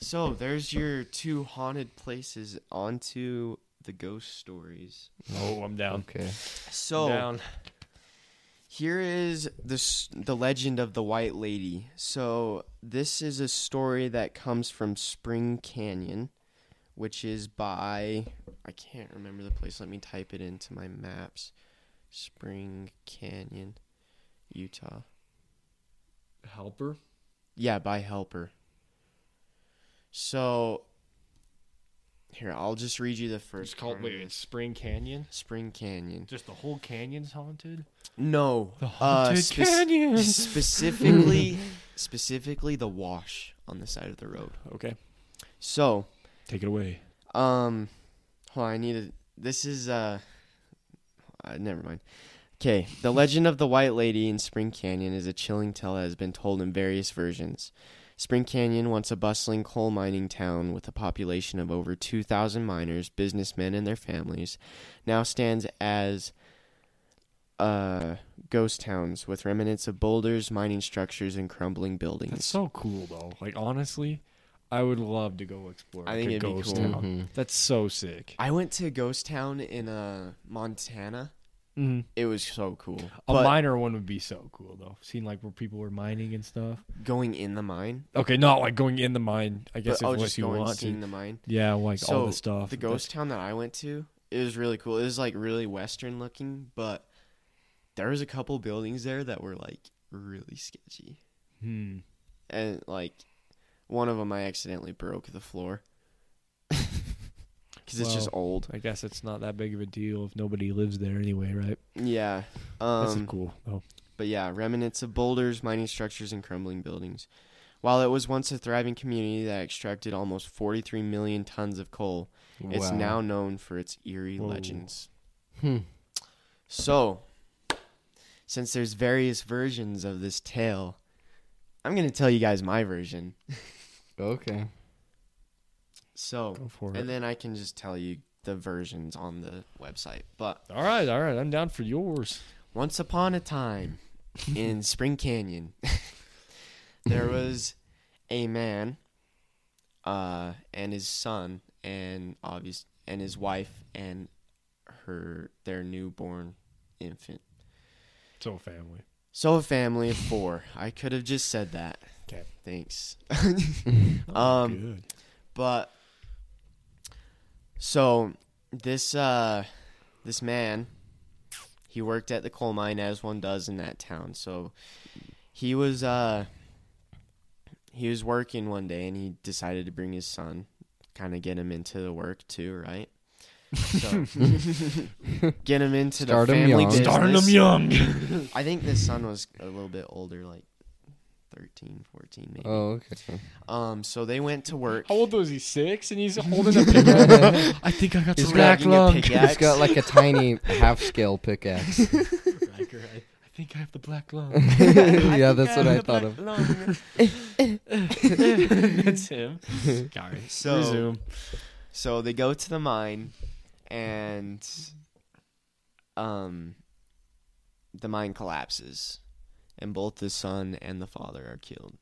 Speaker 4: so there's your two haunted places. Onto the ghost stories.
Speaker 5: Oh, I'm down.
Speaker 6: Okay.
Speaker 4: So
Speaker 5: Down.
Speaker 4: Here is the s- the legend of the White Lady. So this is a story that comes from Spring Canyon, which is by I can't remember the place. Let me type it into my maps. Spring Canyon, Utah.
Speaker 5: Helper.
Speaker 4: Yeah, by Helper. So here, I'll just read you the first.
Speaker 5: It's called
Speaker 4: part of
Speaker 5: wait,
Speaker 4: this.
Speaker 5: it's Spring Canyon.
Speaker 4: Spring Canyon.
Speaker 5: Just the whole canyon's haunted.
Speaker 4: No,
Speaker 5: The
Speaker 4: uh,
Speaker 5: haunted
Speaker 4: spec-
Speaker 5: canyon.
Speaker 4: Specifically, specifically the wash on the side of the road.
Speaker 5: Okay,
Speaker 4: So,
Speaker 5: take it away.
Speaker 4: um, hold on, I need to. This is uh, uh, never mind. Okay, the legend of the White Lady in Spring Canyon is a chilling tale that has been told in various versions. Spring Canyon, once a bustling coal mining town with a population of over 2,000 miners, businessmen, and their families, now stands as uh, ghost towns with remnants of boulders, mining structures, and crumbling buildings.
Speaker 5: That's so cool though. Like honestly, I would love to go explore.
Speaker 4: I
Speaker 5: like,
Speaker 4: think
Speaker 5: a
Speaker 4: it'd be
Speaker 5: ghost
Speaker 4: cool. Mm-hmm.
Speaker 5: town. That's so sick.
Speaker 4: I went to Ghost Town in uh, Montana.
Speaker 5: Mhm.
Speaker 4: It was so cool.
Speaker 5: A
Speaker 4: But
Speaker 5: minor one would be so cool though. Seeing like where people were mining and stuff.
Speaker 4: going in the mine.
Speaker 5: Okay, not like going in the mine. I guess
Speaker 4: but, oh,
Speaker 5: if unless
Speaker 4: just
Speaker 5: you
Speaker 4: going
Speaker 5: want
Speaker 4: seeing
Speaker 5: to.
Speaker 4: the mine.
Speaker 5: Yeah, like all the stuff.
Speaker 4: The ghost town that I went to, it was really cool. It was like really western looking, but there was a couple buildings there that were like really sketchy.
Speaker 5: Hmm.
Speaker 4: And like one of them I accidentally broke the floor. Cuz it's just
Speaker 5: Well,
Speaker 4: old.
Speaker 5: I guess it's not that big of a deal if nobody lives there anyway, right?
Speaker 4: Yeah.
Speaker 5: this is
Speaker 4: Um
Speaker 5: cool. Oh,
Speaker 4: But yeah, remnants of boulders, mining structures, and crumbling buildings. While it was once a thriving community that extracted almost 43 million tons of coal, it's
Speaker 6: Wow.
Speaker 4: now known for its eerie
Speaker 5: Whoa.
Speaker 4: legends.
Speaker 6: Hmm.
Speaker 4: So, since there's various versions of this tale, I'm going to tell you guys my version.
Speaker 6: Okay.
Speaker 4: So,
Speaker 5: Go for it.
Speaker 4: and then I can just tell you the versions on the website. But
Speaker 5: all right, all right. I'm down for yours.
Speaker 4: Once upon a time in Spring Canyon, there was a man uh, and his son and obvious and his wife and her their newborn infant.
Speaker 5: So family.
Speaker 4: So a family of four. I could have just said that.
Speaker 5: Okay.
Speaker 4: Thanks.
Speaker 5: Um. Good.
Speaker 4: But so this uh this man he worked at the coal mine as one does in that town. So he was uh he was working one day and he decided to bring his son, kind of get him into the work too, right? So get him into
Speaker 6: Start
Speaker 4: the
Speaker 6: 'em
Speaker 4: family
Speaker 6: young.
Speaker 4: business.
Speaker 6: Start
Speaker 5: Darn them young.
Speaker 4: I think this son was a little bit older, like 13, 14 maybe.
Speaker 6: Oh, okay.
Speaker 4: Um so they went to work.
Speaker 5: How old was he? Six, and he's holding a pickaxe. I think I got
Speaker 4: He's
Speaker 5: some rack
Speaker 4: dragging a
Speaker 5: lung.
Speaker 4: pickaxe.
Speaker 6: He's got like a tiny half scale pickaxe.
Speaker 5: Riker, I, I think I have the black lung.
Speaker 6: yeah, that's what I thought of.
Speaker 5: That's him. Sorry.
Speaker 4: So-
Speaker 5: Resume.
Speaker 4: So they go to the mine, and um, the mine collapses, and both the son and the father are killed.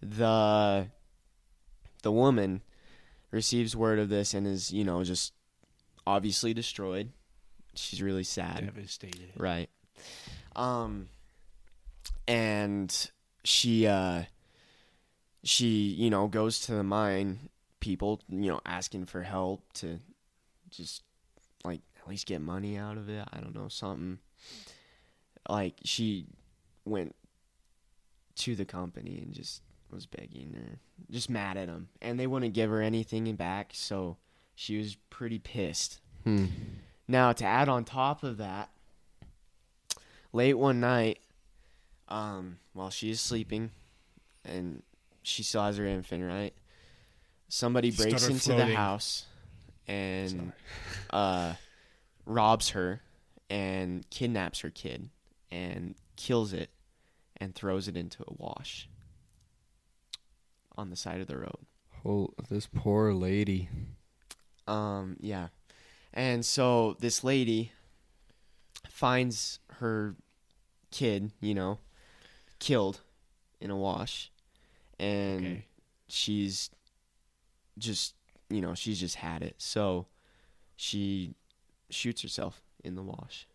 Speaker 4: the The woman receives word of this and is, you know, just obviously destroyed. She's really sad.
Speaker 5: Devastated.
Speaker 4: Right. Um and she uh she, you know, goes to the mine people, you know, asking for help to just like at least get money out of it. I don't know, something. Like she went to the company and just was begging or just mad at them and they wouldn't give her anything back, so she was pretty pissed.
Speaker 6: Hmm.
Speaker 4: Now, to add on top of that, late one night, um, while she is sleeping, and she still has her infant, right? Somebody breaks
Speaker 5: Stutter
Speaker 4: into the
Speaker 5: floating.
Speaker 4: house and uh, robs her and kidnaps her kid and kills it and throws it into a wash on the side of the road.
Speaker 6: Oh, this poor lady.
Speaker 4: Um, yeah. And so this lady finds her kid, you know, killed in a wash. And
Speaker 5: Okay.
Speaker 4: she's just, you know, she's just had it. So she shoots herself in the wash.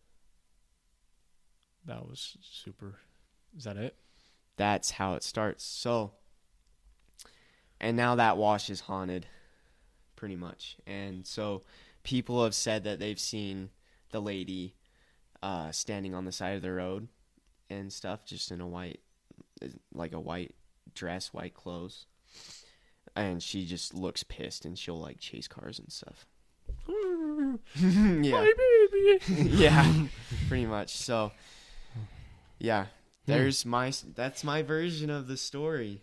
Speaker 5: That was super. Is that it?
Speaker 4: That's how it starts. So, and now that wash is haunted, pretty much. And so, people have said that they've seen the lady uh, standing on the side of the road and stuff, just in a white, like a white dress, white clothes. And she just looks pissed, and she'll like chase cars and stuff. yeah, yeah, pretty much. So, yeah,
Speaker 5: Hmm.
Speaker 4: there's my that's my version of the story.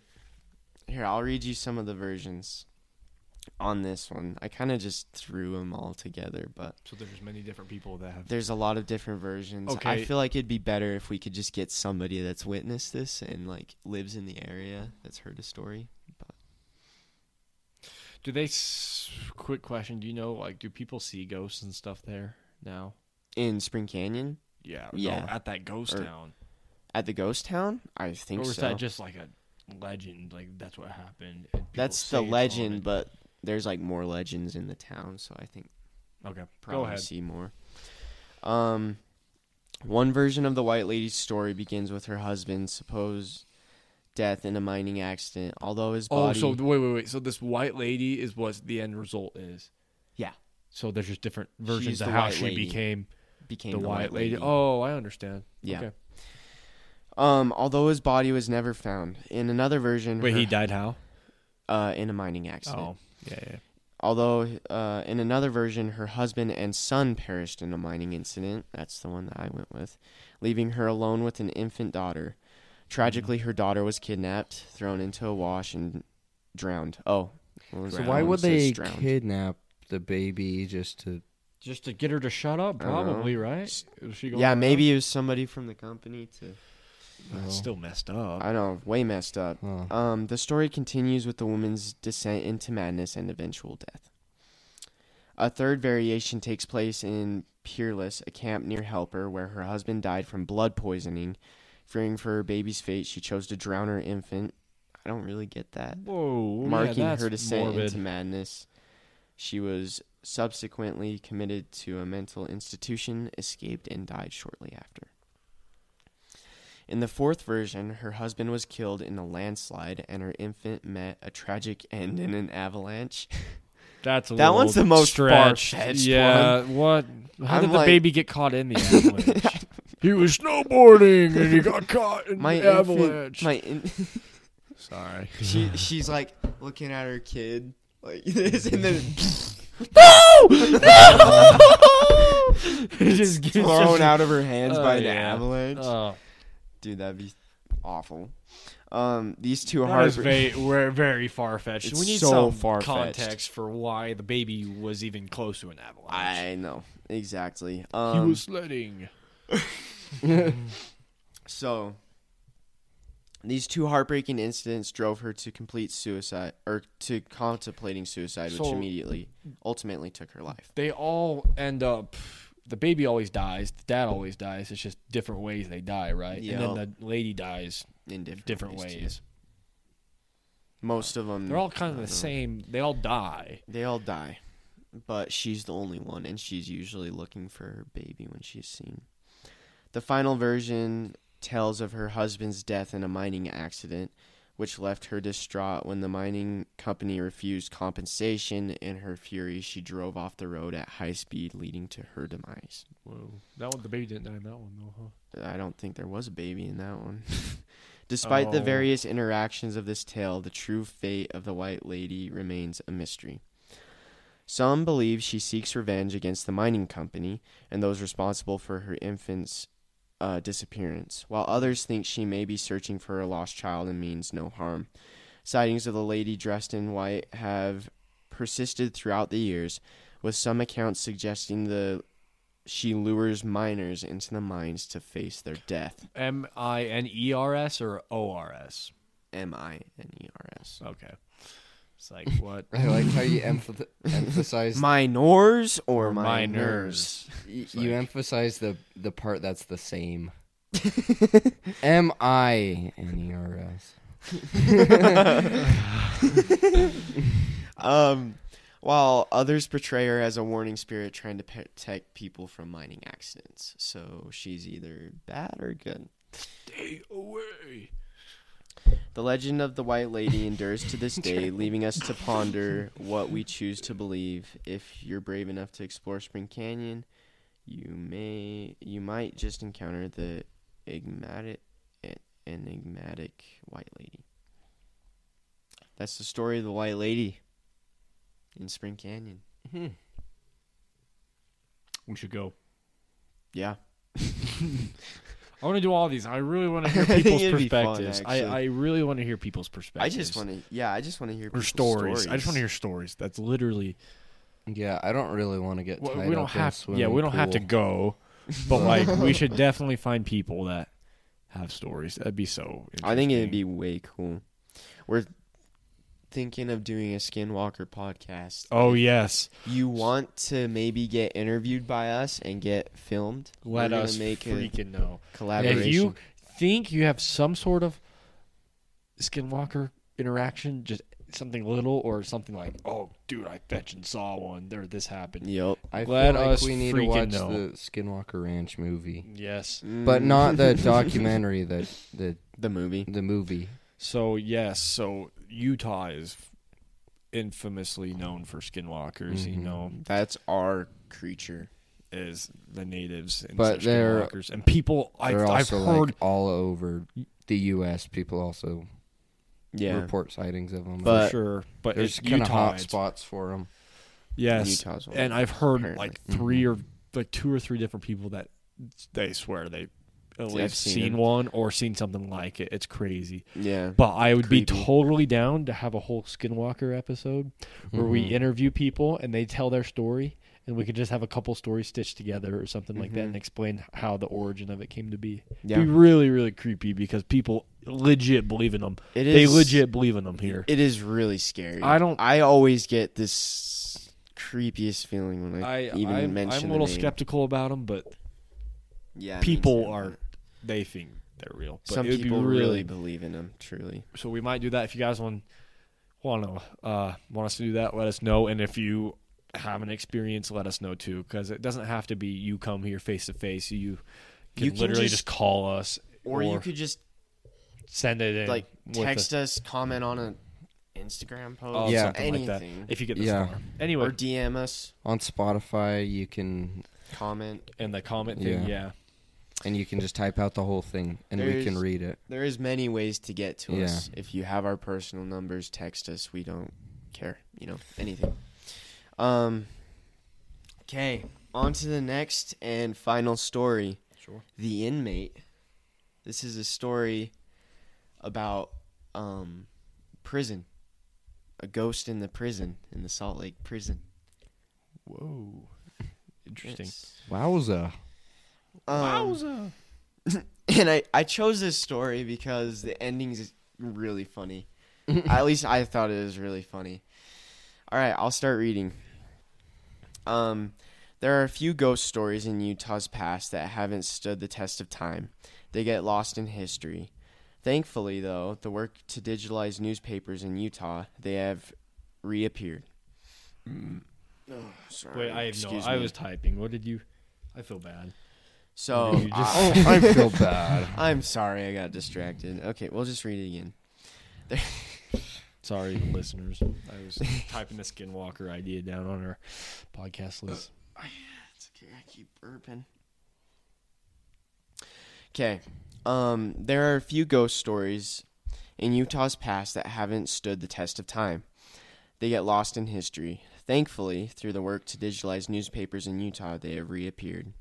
Speaker 4: Here, I'll read you some of the versions on this one. I kind of just threw them all together, but
Speaker 5: So there's many different people that have.
Speaker 4: there's a lot of different versions. I
Speaker 5: Okay.
Speaker 4: feel like it'd be better if we could just get somebody that's witnessed this and like lives in the area that's heard a story. But
Speaker 5: Do they? S- quick question. Do you know like do people see ghosts and stuff there now?
Speaker 4: in Spring Canyon
Speaker 5: Yeah.
Speaker 4: no, Yeah.
Speaker 5: at that ghost
Speaker 4: Or-
Speaker 5: town,
Speaker 4: at the ghost town, I think
Speaker 5: or is
Speaker 4: so.
Speaker 5: that just like a legend? Like that's what happened. and people
Speaker 4: that's
Speaker 5: say
Speaker 4: the
Speaker 5: it's
Speaker 4: legend,
Speaker 5: haunted?
Speaker 4: but there's like more legends in the town, so I think
Speaker 5: okay.
Speaker 4: probably
Speaker 5: Go ahead.
Speaker 4: see more. Um, one version of the White Lady's story begins with her husband's supposed death in a mining accident, although his
Speaker 5: Oh,
Speaker 4: body.
Speaker 5: so wait, wait, wait. So this white lady is what the end result is.
Speaker 4: yeah,
Speaker 5: So there's just different
Speaker 4: She's
Speaker 5: versions of
Speaker 4: the
Speaker 5: how
Speaker 4: white
Speaker 5: she
Speaker 4: lady.
Speaker 5: became
Speaker 4: became
Speaker 5: the, white lady. Oh, I understand.
Speaker 4: Yeah.
Speaker 5: Okay.
Speaker 4: Um, although his body was never found. In another version,
Speaker 5: Wait,
Speaker 4: her-
Speaker 5: he died how?
Speaker 4: uh, in a mining accident.
Speaker 5: Oh, yeah, yeah.
Speaker 4: Although uh, in another version, her husband and son perished in a mining incident. That's the one that I went with, leaving her alone with an infant daughter. Tragically,
Speaker 6: Mm-hmm.
Speaker 4: her daughter was kidnapped, thrown into a wash, and drowned. Oh, what was
Speaker 6: So
Speaker 4: that?
Speaker 6: why
Speaker 4: One
Speaker 6: would
Speaker 4: says
Speaker 6: they
Speaker 4: drowned.
Speaker 6: kidnap the baby just to?
Speaker 5: Just to get her to shut up,
Speaker 4: I don't know.
Speaker 5: probably, right? Was she going
Speaker 4: Yeah,
Speaker 5: around?
Speaker 4: maybe it was somebody from the company to.
Speaker 5: That's Still messed up.
Speaker 4: I know, way messed up.
Speaker 6: Huh.
Speaker 4: Um, the story continues with the woman's descent into madness and eventual death. A third variation takes place in Peerless, a camp near Helper, where her husband died from blood poisoning. Fearing for her baby's fate, she chose to drown her infant. I don't really get that.
Speaker 5: Whoa, yeah,
Speaker 4: Marking
Speaker 5: that's
Speaker 4: her descent
Speaker 5: morbid.
Speaker 4: into madness. She was subsequently committed to a mental institution, escaped, and died shortly after. In the fourth version, her husband was killed in a landslide, and her infant met a tragic end in an avalanche.
Speaker 5: That's a
Speaker 4: That one's
Speaker 5: little
Speaker 4: the most
Speaker 5: stretched.
Speaker 4: far-fetched
Speaker 5: Yeah, what? How
Speaker 4: I'm
Speaker 5: did the
Speaker 4: like-
Speaker 5: baby get caught in the avalanche? he was snowboarding and he got caught in
Speaker 4: My
Speaker 5: the
Speaker 4: infant,
Speaker 5: avalanche.
Speaker 4: my in-
Speaker 5: Sorry.
Speaker 4: she, she's like looking at her kid like this, and then
Speaker 5: It just gets
Speaker 4: thrown
Speaker 5: just-
Speaker 4: out of her hands
Speaker 5: Oh,
Speaker 4: by the
Speaker 5: yeah.
Speaker 4: avalanche.
Speaker 5: Oh,
Speaker 4: Dude, that'd be awful. Um, these two
Speaker 5: that
Speaker 4: harbor.
Speaker 5: is very, we're very far fetched.
Speaker 4: It's
Speaker 5: We need
Speaker 4: so
Speaker 5: some
Speaker 4: far-fetched.
Speaker 5: context for why the baby was even close to an avalanche.
Speaker 4: I know exactly.
Speaker 5: he
Speaker 4: Um,
Speaker 5: was sledding.
Speaker 4: So these two heartbreaking incidents drove her to complete suicide or to contemplating suicide, which
Speaker 5: So-
Speaker 4: immediately ultimately took her life.
Speaker 5: They all end up. The baby always dies. The dad always dies. It's just different ways they die, right? And
Speaker 4: Yeah.
Speaker 5: then the lady dies
Speaker 4: In different,
Speaker 5: different
Speaker 4: too.
Speaker 5: ways.
Speaker 4: Most of them
Speaker 5: They're all kind of the same. They all die.
Speaker 4: They all die, but she's the only one, and she's usually looking for her baby when she's seen. The final version tells of her husband's death in a mining accident, which left her distraught when the mining company refused compensation. In her fury, she drove off the road at high speed, leading to her demise.
Speaker 5: Whoa. That one, the baby didn't die in that one though, huh?
Speaker 4: I don't think there was a baby in that one. Despite the
Speaker 5: Oh.
Speaker 4: various interactions of this tale, the true fate of the White Lady remains a mystery. Some believe she seeks revenge against the mining company and those responsible for her infant's uh, disappearance, while others think she may be searching for her lost child and means no harm. Sightings of the lady dressed in white have persisted throughout the years, with some accounts suggesting the she lures miners into the mines to face their death.
Speaker 5: M I N E R S or O R S?
Speaker 4: M I N E R S.
Speaker 5: Okay. It's like what?
Speaker 6: I like how you emph- emphasize
Speaker 4: Minors or miners?
Speaker 5: Miners.
Speaker 6: y- you emphasize the the part that's the same. M I N E R S.
Speaker 4: Um, while others portray her as a warning spirit trying to protect people from mining accidents. So she's either bad or good.
Speaker 5: away.
Speaker 4: The legend of the White Lady endures to this day, leaving us to ponder what we choose to believe. If you're brave enough to explore Spring Canyon, you may you might just encounter the enigmatic enigmatic White Lady. That's the story of the White Lady in Spring Canyon.
Speaker 5: We should go.
Speaker 4: Yeah.
Speaker 5: I want to do all these. I really want to
Speaker 4: I
Speaker 5: hear
Speaker 4: think
Speaker 5: people's
Speaker 4: it'd be fun,
Speaker 5: perspectives. I,
Speaker 4: actually.
Speaker 5: I really want to hear people's perspectives.
Speaker 4: I just want to yeah, I just want to hear
Speaker 5: or
Speaker 4: people's
Speaker 5: stories. I just want to hear stories. That's literally
Speaker 6: Yeah, I don't really want to get
Speaker 5: Well,
Speaker 6: tied
Speaker 5: we don't
Speaker 6: up in a
Speaker 5: have yeah
Speaker 6: swimming
Speaker 5: we don't have to
Speaker 6: pool.
Speaker 5: go but like we should definitely find people that have stories that'd be so
Speaker 4: I think it'd
Speaker 5: interesting.
Speaker 4: be way cool. We're thinking of doing a skinwalker podcast.
Speaker 5: oh yes
Speaker 4: You want to maybe get interviewed by us and get filmed?
Speaker 5: let
Speaker 4: We're gonna
Speaker 5: us
Speaker 4: make a
Speaker 5: freaking know
Speaker 4: collaboration.
Speaker 5: if you think you have some sort of skinwalker interaction just something little or something like oh dude i fetch and saw one there this happened
Speaker 4: Yep.
Speaker 6: I feel
Speaker 5: Let
Speaker 6: like
Speaker 5: us
Speaker 6: we need to
Speaker 5: freaking
Speaker 6: watch
Speaker 5: know.
Speaker 6: the Skinwalker Ranch movie,
Speaker 5: yes
Speaker 4: Mm.
Speaker 6: but not the documentary, the the
Speaker 4: the movie.
Speaker 6: the movie.
Speaker 5: so yes so utah is infamously known for skinwalkers
Speaker 6: Mm-hmm.
Speaker 5: you know
Speaker 4: That's our creature.
Speaker 5: as the natives and
Speaker 6: But
Speaker 5: such
Speaker 6: they're-
Speaker 5: skinwalkers and people I've,
Speaker 6: They're
Speaker 5: I've
Speaker 6: also
Speaker 5: heard
Speaker 6: like all over the U.S. People also
Speaker 4: Yeah.
Speaker 6: report sightings of them.
Speaker 4: But-
Speaker 5: for sure. But
Speaker 6: there's
Speaker 5: it's
Speaker 6: kind
Speaker 5: Utah.
Speaker 6: of hot
Speaker 5: it's-
Speaker 6: spots for them.
Speaker 5: Yes,
Speaker 4: Utah's one,
Speaker 5: and I've heard
Speaker 4: apparently.
Speaker 6: Mm-hmm.
Speaker 5: like 3 or like two or three different people that they swear they at least
Speaker 4: seen
Speaker 5: seen,
Speaker 4: them.
Speaker 5: one or seen something like it. It's crazy.
Speaker 4: Yeah.
Speaker 5: But I would
Speaker 4: Creepy.
Speaker 5: be totally down to have a whole Skinwalker episode where we
Speaker 4: Mm-hmm.
Speaker 5: interview people and they tell their story. And we could just have a couple stories stitched together or something like that and explain how the origin of it came to be.
Speaker 4: Mm-hmm. Yeah.
Speaker 5: Be really, really creepy because people legit believe in them.
Speaker 4: It
Speaker 5: they
Speaker 4: is- e-,
Speaker 5: legit believe in them here.
Speaker 4: it is really scary.
Speaker 5: I don't-
Speaker 4: I always get this creepiest feeling when I,
Speaker 5: I,
Speaker 4: even
Speaker 5: I'm,
Speaker 4: mention.
Speaker 5: I'm a
Speaker 4: the
Speaker 5: little
Speaker 4: name.
Speaker 5: skeptical about them, but
Speaker 4: Yeah. me
Speaker 5: people
Speaker 4: too.
Speaker 5: are they think they're real. But
Speaker 4: Some
Speaker 5: it would
Speaker 4: people
Speaker 5: be
Speaker 4: really believe in them. Truly.
Speaker 5: so we might do that if you guys want want to uh, want us to do that. Let us know, and if you have an experience, let us know too, because it doesn't have to be you come here face to face. You can
Speaker 4: You can
Speaker 5: literally just,
Speaker 4: just-
Speaker 5: call us,
Speaker 4: Or, you could just
Speaker 5: send it in,
Speaker 4: like
Speaker 5: with
Speaker 4: text us, comment on an Instagram
Speaker 5: a,
Speaker 4: post,
Speaker 6: Yeah.
Speaker 5: something like
Speaker 4: anything,
Speaker 5: that. If you get this
Speaker 6: Yeah.
Speaker 5: far, anyway,
Speaker 4: or DM us,
Speaker 6: On Spotify, you can
Speaker 4: comment.
Speaker 5: and the comment thing,
Speaker 6: Yeah.
Speaker 5: yeah.
Speaker 6: and you can just type out the whole thing, and we can
Speaker 4: There's-
Speaker 6: read it.
Speaker 4: There is many ways to get to
Speaker 6: Yeah.
Speaker 4: us. If you have our personal numbers, text us. We don't care, you know, anything. Um Okay, on to the next and final story. Sure. The inmate. This is a story about um prison. A ghost in the prison in the Salt Lake prison.
Speaker 5: Whoa, interesting.
Speaker 4: Yes.
Speaker 6: Wowza!
Speaker 4: Um, and I, I chose this story because the ending is really funny. At least I thought it was really funny. All right, I'll start reading. Um, there are a few ghost stories in Utah's past that haven't stood the test of time. They get lost in history. Thankfully, though, the work to digitalize newspapers in Utah, they have reappeared. Oh, sorry.
Speaker 5: Mm. Wait, I have no.
Speaker 4: Excuse
Speaker 5: I
Speaker 4: me.
Speaker 5: was typing. What did you? I feel bad.
Speaker 4: so uh,
Speaker 5: you just-
Speaker 4: Oh, I-
Speaker 6: I feel bad.
Speaker 4: I'm sorry, I got distracted. Okay, we'll just read it again.
Speaker 5: Sorry, listeners. I was typing the Skinwalker idea down on our podcast list.
Speaker 4: It's okay, I keep burping. Okay, um, there are a few ghost stories in Utah's past that haven't stood the test of time. They get lost in history. Thankfully, through the work to digitalize newspapers in Utah, they have reappeared.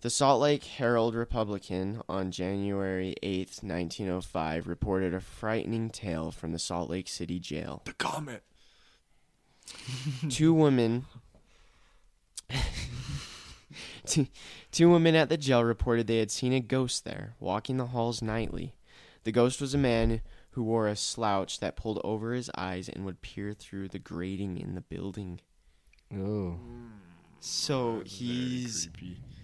Speaker 4: The Salt Lake Herald Republican on January eighth, 1905, reported a frightening tale from the Salt Lake City jail.
Speaker 5: The comment.
Speaker 4: two women two, two women at the jail reported they had seen a ghost there walking the halls nightly the ghost was a man who wore a slouch that pulled over his eyes and would peer through the grating in the building
Speaker 6: Oh,
Speaker 4: so he's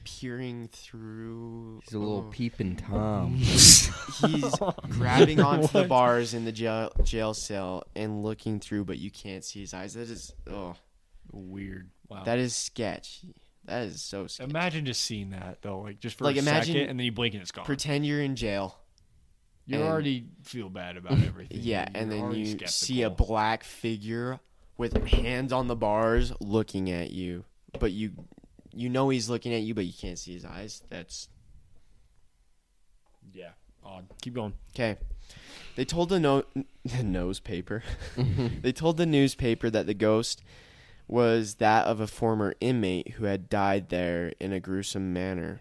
Speaker 4: peering through.
Speaker 6: He's a
Speaker 5: Oh.
Speaker 6: little peeping Tom.
Speaker 4: He's grabbing onto the bars in the jail, jail cell and looking through, but you can't see his eyes. That is oh,
Speaker 3: Weird.
Speaker 6: Oh.
Speaker 3: Wow.
Speaker 4: that is sketchy. That is so sketchy.
Speaker 3: imagine just seeing that though, like just for
Speaker 4: Like,
Speaker 3: a
Speaker 4: imagine-
Speaker 3: second, and then you blink and it's gone.
Speaker 4: Pretend you're in jail.
Speaker 3: you
Speaker 4: and-
Speaker 3: already feel bad about everything.
Speaker 4: Yeah, and
Speaker 3: You're
Speaker 4: then
Speaker 3: already
Speaker 4: you
Speaker 3: skeptical.
Speaker 4: see a black figure with hands on the bars looking at you, but you you know he's looking at you, but you can't see his eyes. That's
Speaker 3: yeah. Odd. Keep going.
Speaker 4: okay. They told the no the nose paper. they told the newspaper that the ghost was that of a former inmate who had died there in a gruesome manner.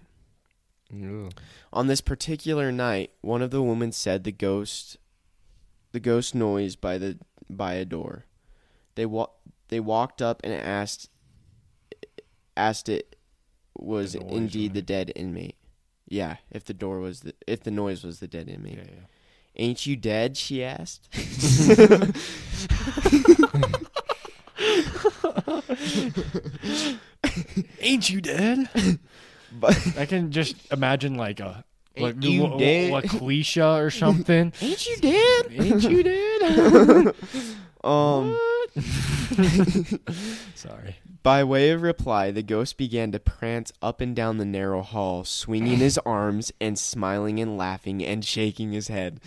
Speaker 6: Ew.
Speaker 4: On this particular night, one of the women said the ghost, the ghost noise by the by a door. They wa- they walked up and asked, asked it was indeed the dead inmate. Yeah, if the door was the if the noise was the dead inmate. Ain't you dead? She asked.
Speaker 3: Ain't you dead?
Speaker 4: But
Speaker 3: I can just imagine like a like
Speaker 4: Ain't you
Speaker 3: a,
Speaker 4: dead?
Speaker 3: cliche or something.
Speaker 4: ain't you dead?
Speaker 3: Ain't you dead?
Speaker 4: um.
Speaker 3: Sorry.
Speaker 4: By way of reply, the ghost began to prance up and down the narrow hall, swinging his arms and smiling and laughing and shaking his head.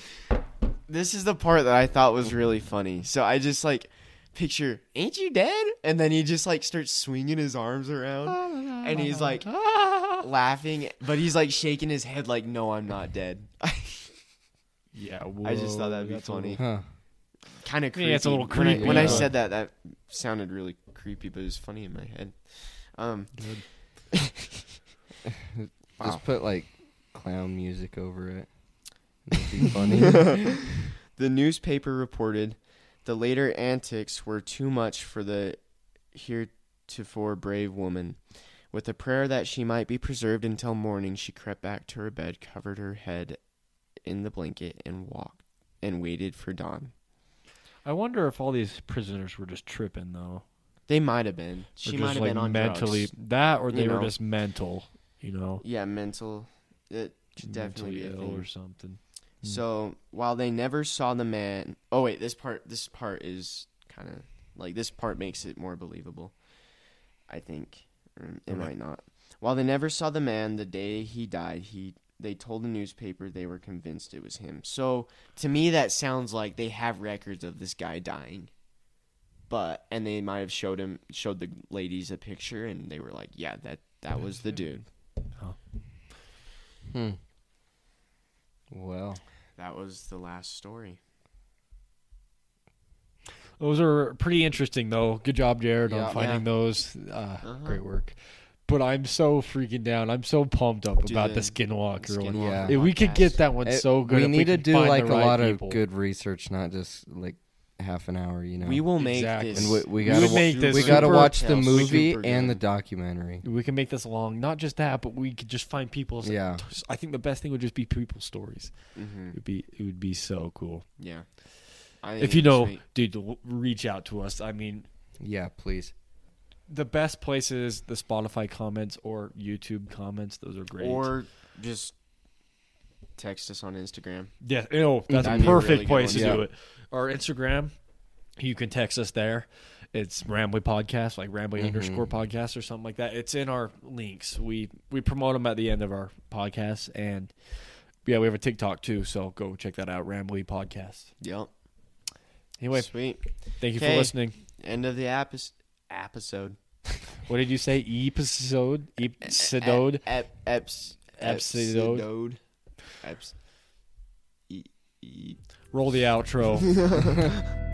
Speaker 4: This is the part that I thought was really funny. So I just like picture, ain't you dead? And then he just like starts swinging his arms around and he's like laughing, but he's like shaking his head like, no, I'm not dead.
Speaker 3: Yeah.
Speaker 4: I just thought that'd be funny.
Speaker 6: Huh.
Speaker 4: Kind of creepy.
Speaker 3: Yeah, it's a little
Speaker 4: When I,
Speaker 3: creepy,
Speaker 4: when I
Speaker 3: but-
Speaker 4: said that, that sounded really creepy, but it was funny in my head. Um, Wow.
Speaker 6: Just put like clown music over it. It'd be funny.
Speaker 4: The newspaper reported the later antics were too much for the heretofore brave woman. With a prayer that she might be preserved until morning, she crept back to her bed, covered her head in the blanket, and walked and waited for dawn.
Speaker 3: I wonder if all these prisoners were just tripping though.
Speaker 4: They might have been.
Speaker 3: Or
Speaker 4: She
Speaker 3: just,
Speaker 4: might have
Speaker 3: like,
Speaker 4: been on
Speaker 3: mentally
Speaker 4: drugs.
Speaker 3: that, or they
Speaker 4: you
Speaker 3: were
Speaker 4: know?
Speaker 3: just mental. You know,
Speaker 4: Yeah, mental. It could definitely
Speaker 3: mentally
Speaker 4: be a
Speaker 3: ill
Speaker 4: thing.
Speaker 3: or something.
Speaker 4: So while they never saw the man, oh wait, this part this part is kind of like this part makes it more believable. I think Or it might not. While they never saw the man the day he died, he they told the newspaper they were convinced it was him. So to me that sounds like they have records of this guy dying. But and they might have showed him showed the ladies a picture and they were like, yeah, that that was the dude.
Speaker 6: well,
Speaker 4: That was the last story.
Speaker 5: Those are pretty interesting, though. Good job, Jared,
Speaker 6: Yeah.
Speaker 5: on finding
Speaker 4: Yeah. Uh-huh.
Speaker 5: those. Uh, Great work. But I'm so freaking down. I'm so pumped up about the
Speaker 4: the-
Speaker 5: Skinwalker, one.
Speaker 4: Skinwalker
Speaker 5: If we could
Speaker 4: podcast.
Speaker 5: get that one
Speaker 6: it-
Speaker 5: so good.
Speaker 6: We
Speaker 5: if
Speaker 6: need to
Speaker 5: could
Speaker 6: do
Speaker 5: find the
Speaker 6: like a
Speaker 5: right
Speaker 6: lot
Speaker 5: people.
Speaker 6: of good research, not just like half an hour. You know,
Speaker 4: We will make
Speaker 5: Exactly.
Speaker 4: this
Speaker 6: and we, we
Speaker 5: We
Speaker 6: gotta
Speaker 5: would
Speaker 6: wa-
Speaker 5: make this
Speaker 6: we gotta
Speaker 5: super-
Speaker 6: watch the
Speaker 4: Super
Speaker 6: movie
Speaker 4: good.
Speaker 6: and the documentary.
Speaker 5: We can make this long. Not just that, but we could just find people's.
Speaker 6: Yeah.
Speaker 5: I think the best thing would just be people's stories.
Speaker 4: Mhm.
Speaker 5: It would be it would be so cool.
Speaker 4: Yeah. I think
Speaker 5: If you
Speaker 4: it'd be
Speaker 5: know,
Speaker 4: sweet.
Speaker 5: dude, l- reach out to us. I mean,
Speaker 6: Yeah, please.
Speaker 5: the best place is the Spotify comments or YouTube comments. Those are great.
Speaker 4: or just text us on Instagram.
Speaker 5: Yeah, oh, that's a
Speaker 4: That'd be a
Speaker 5: perfect
Speaker 4: really good
Speaker 5: place to
Speaker 4: one.
Speaker 5: do
Speaker 4: Yeah.
Speaker 5: it. Our Instagram, you can text us there. It's Rambly Podcast, like Rambly
Speaker 4: Mm-hmm.
Speaker 5: underscore podcast or something like that. It's in our links. We we promote them at the end of our podcast, and yeah, we have a TikTok too. So go check that out, Rambly Podcast.
Speaker 4: Yep.
Speaker 5: Anyway,
Speaker 4: Sweet.
Speaker 5: thank you for
Speaker 4: Okay.
Speaker 5: listening.
Speaker 4: End of the apis- episode.
Speaker 5: What did you say? Episode,
Speaker 4: Uh,
Speaker 5: episode.
Speaker 4: Ep- eps-
Speaker 5: Episode.
Speaker 4: Episode. Eps- e- e-
Speaker 5: Roll the outro.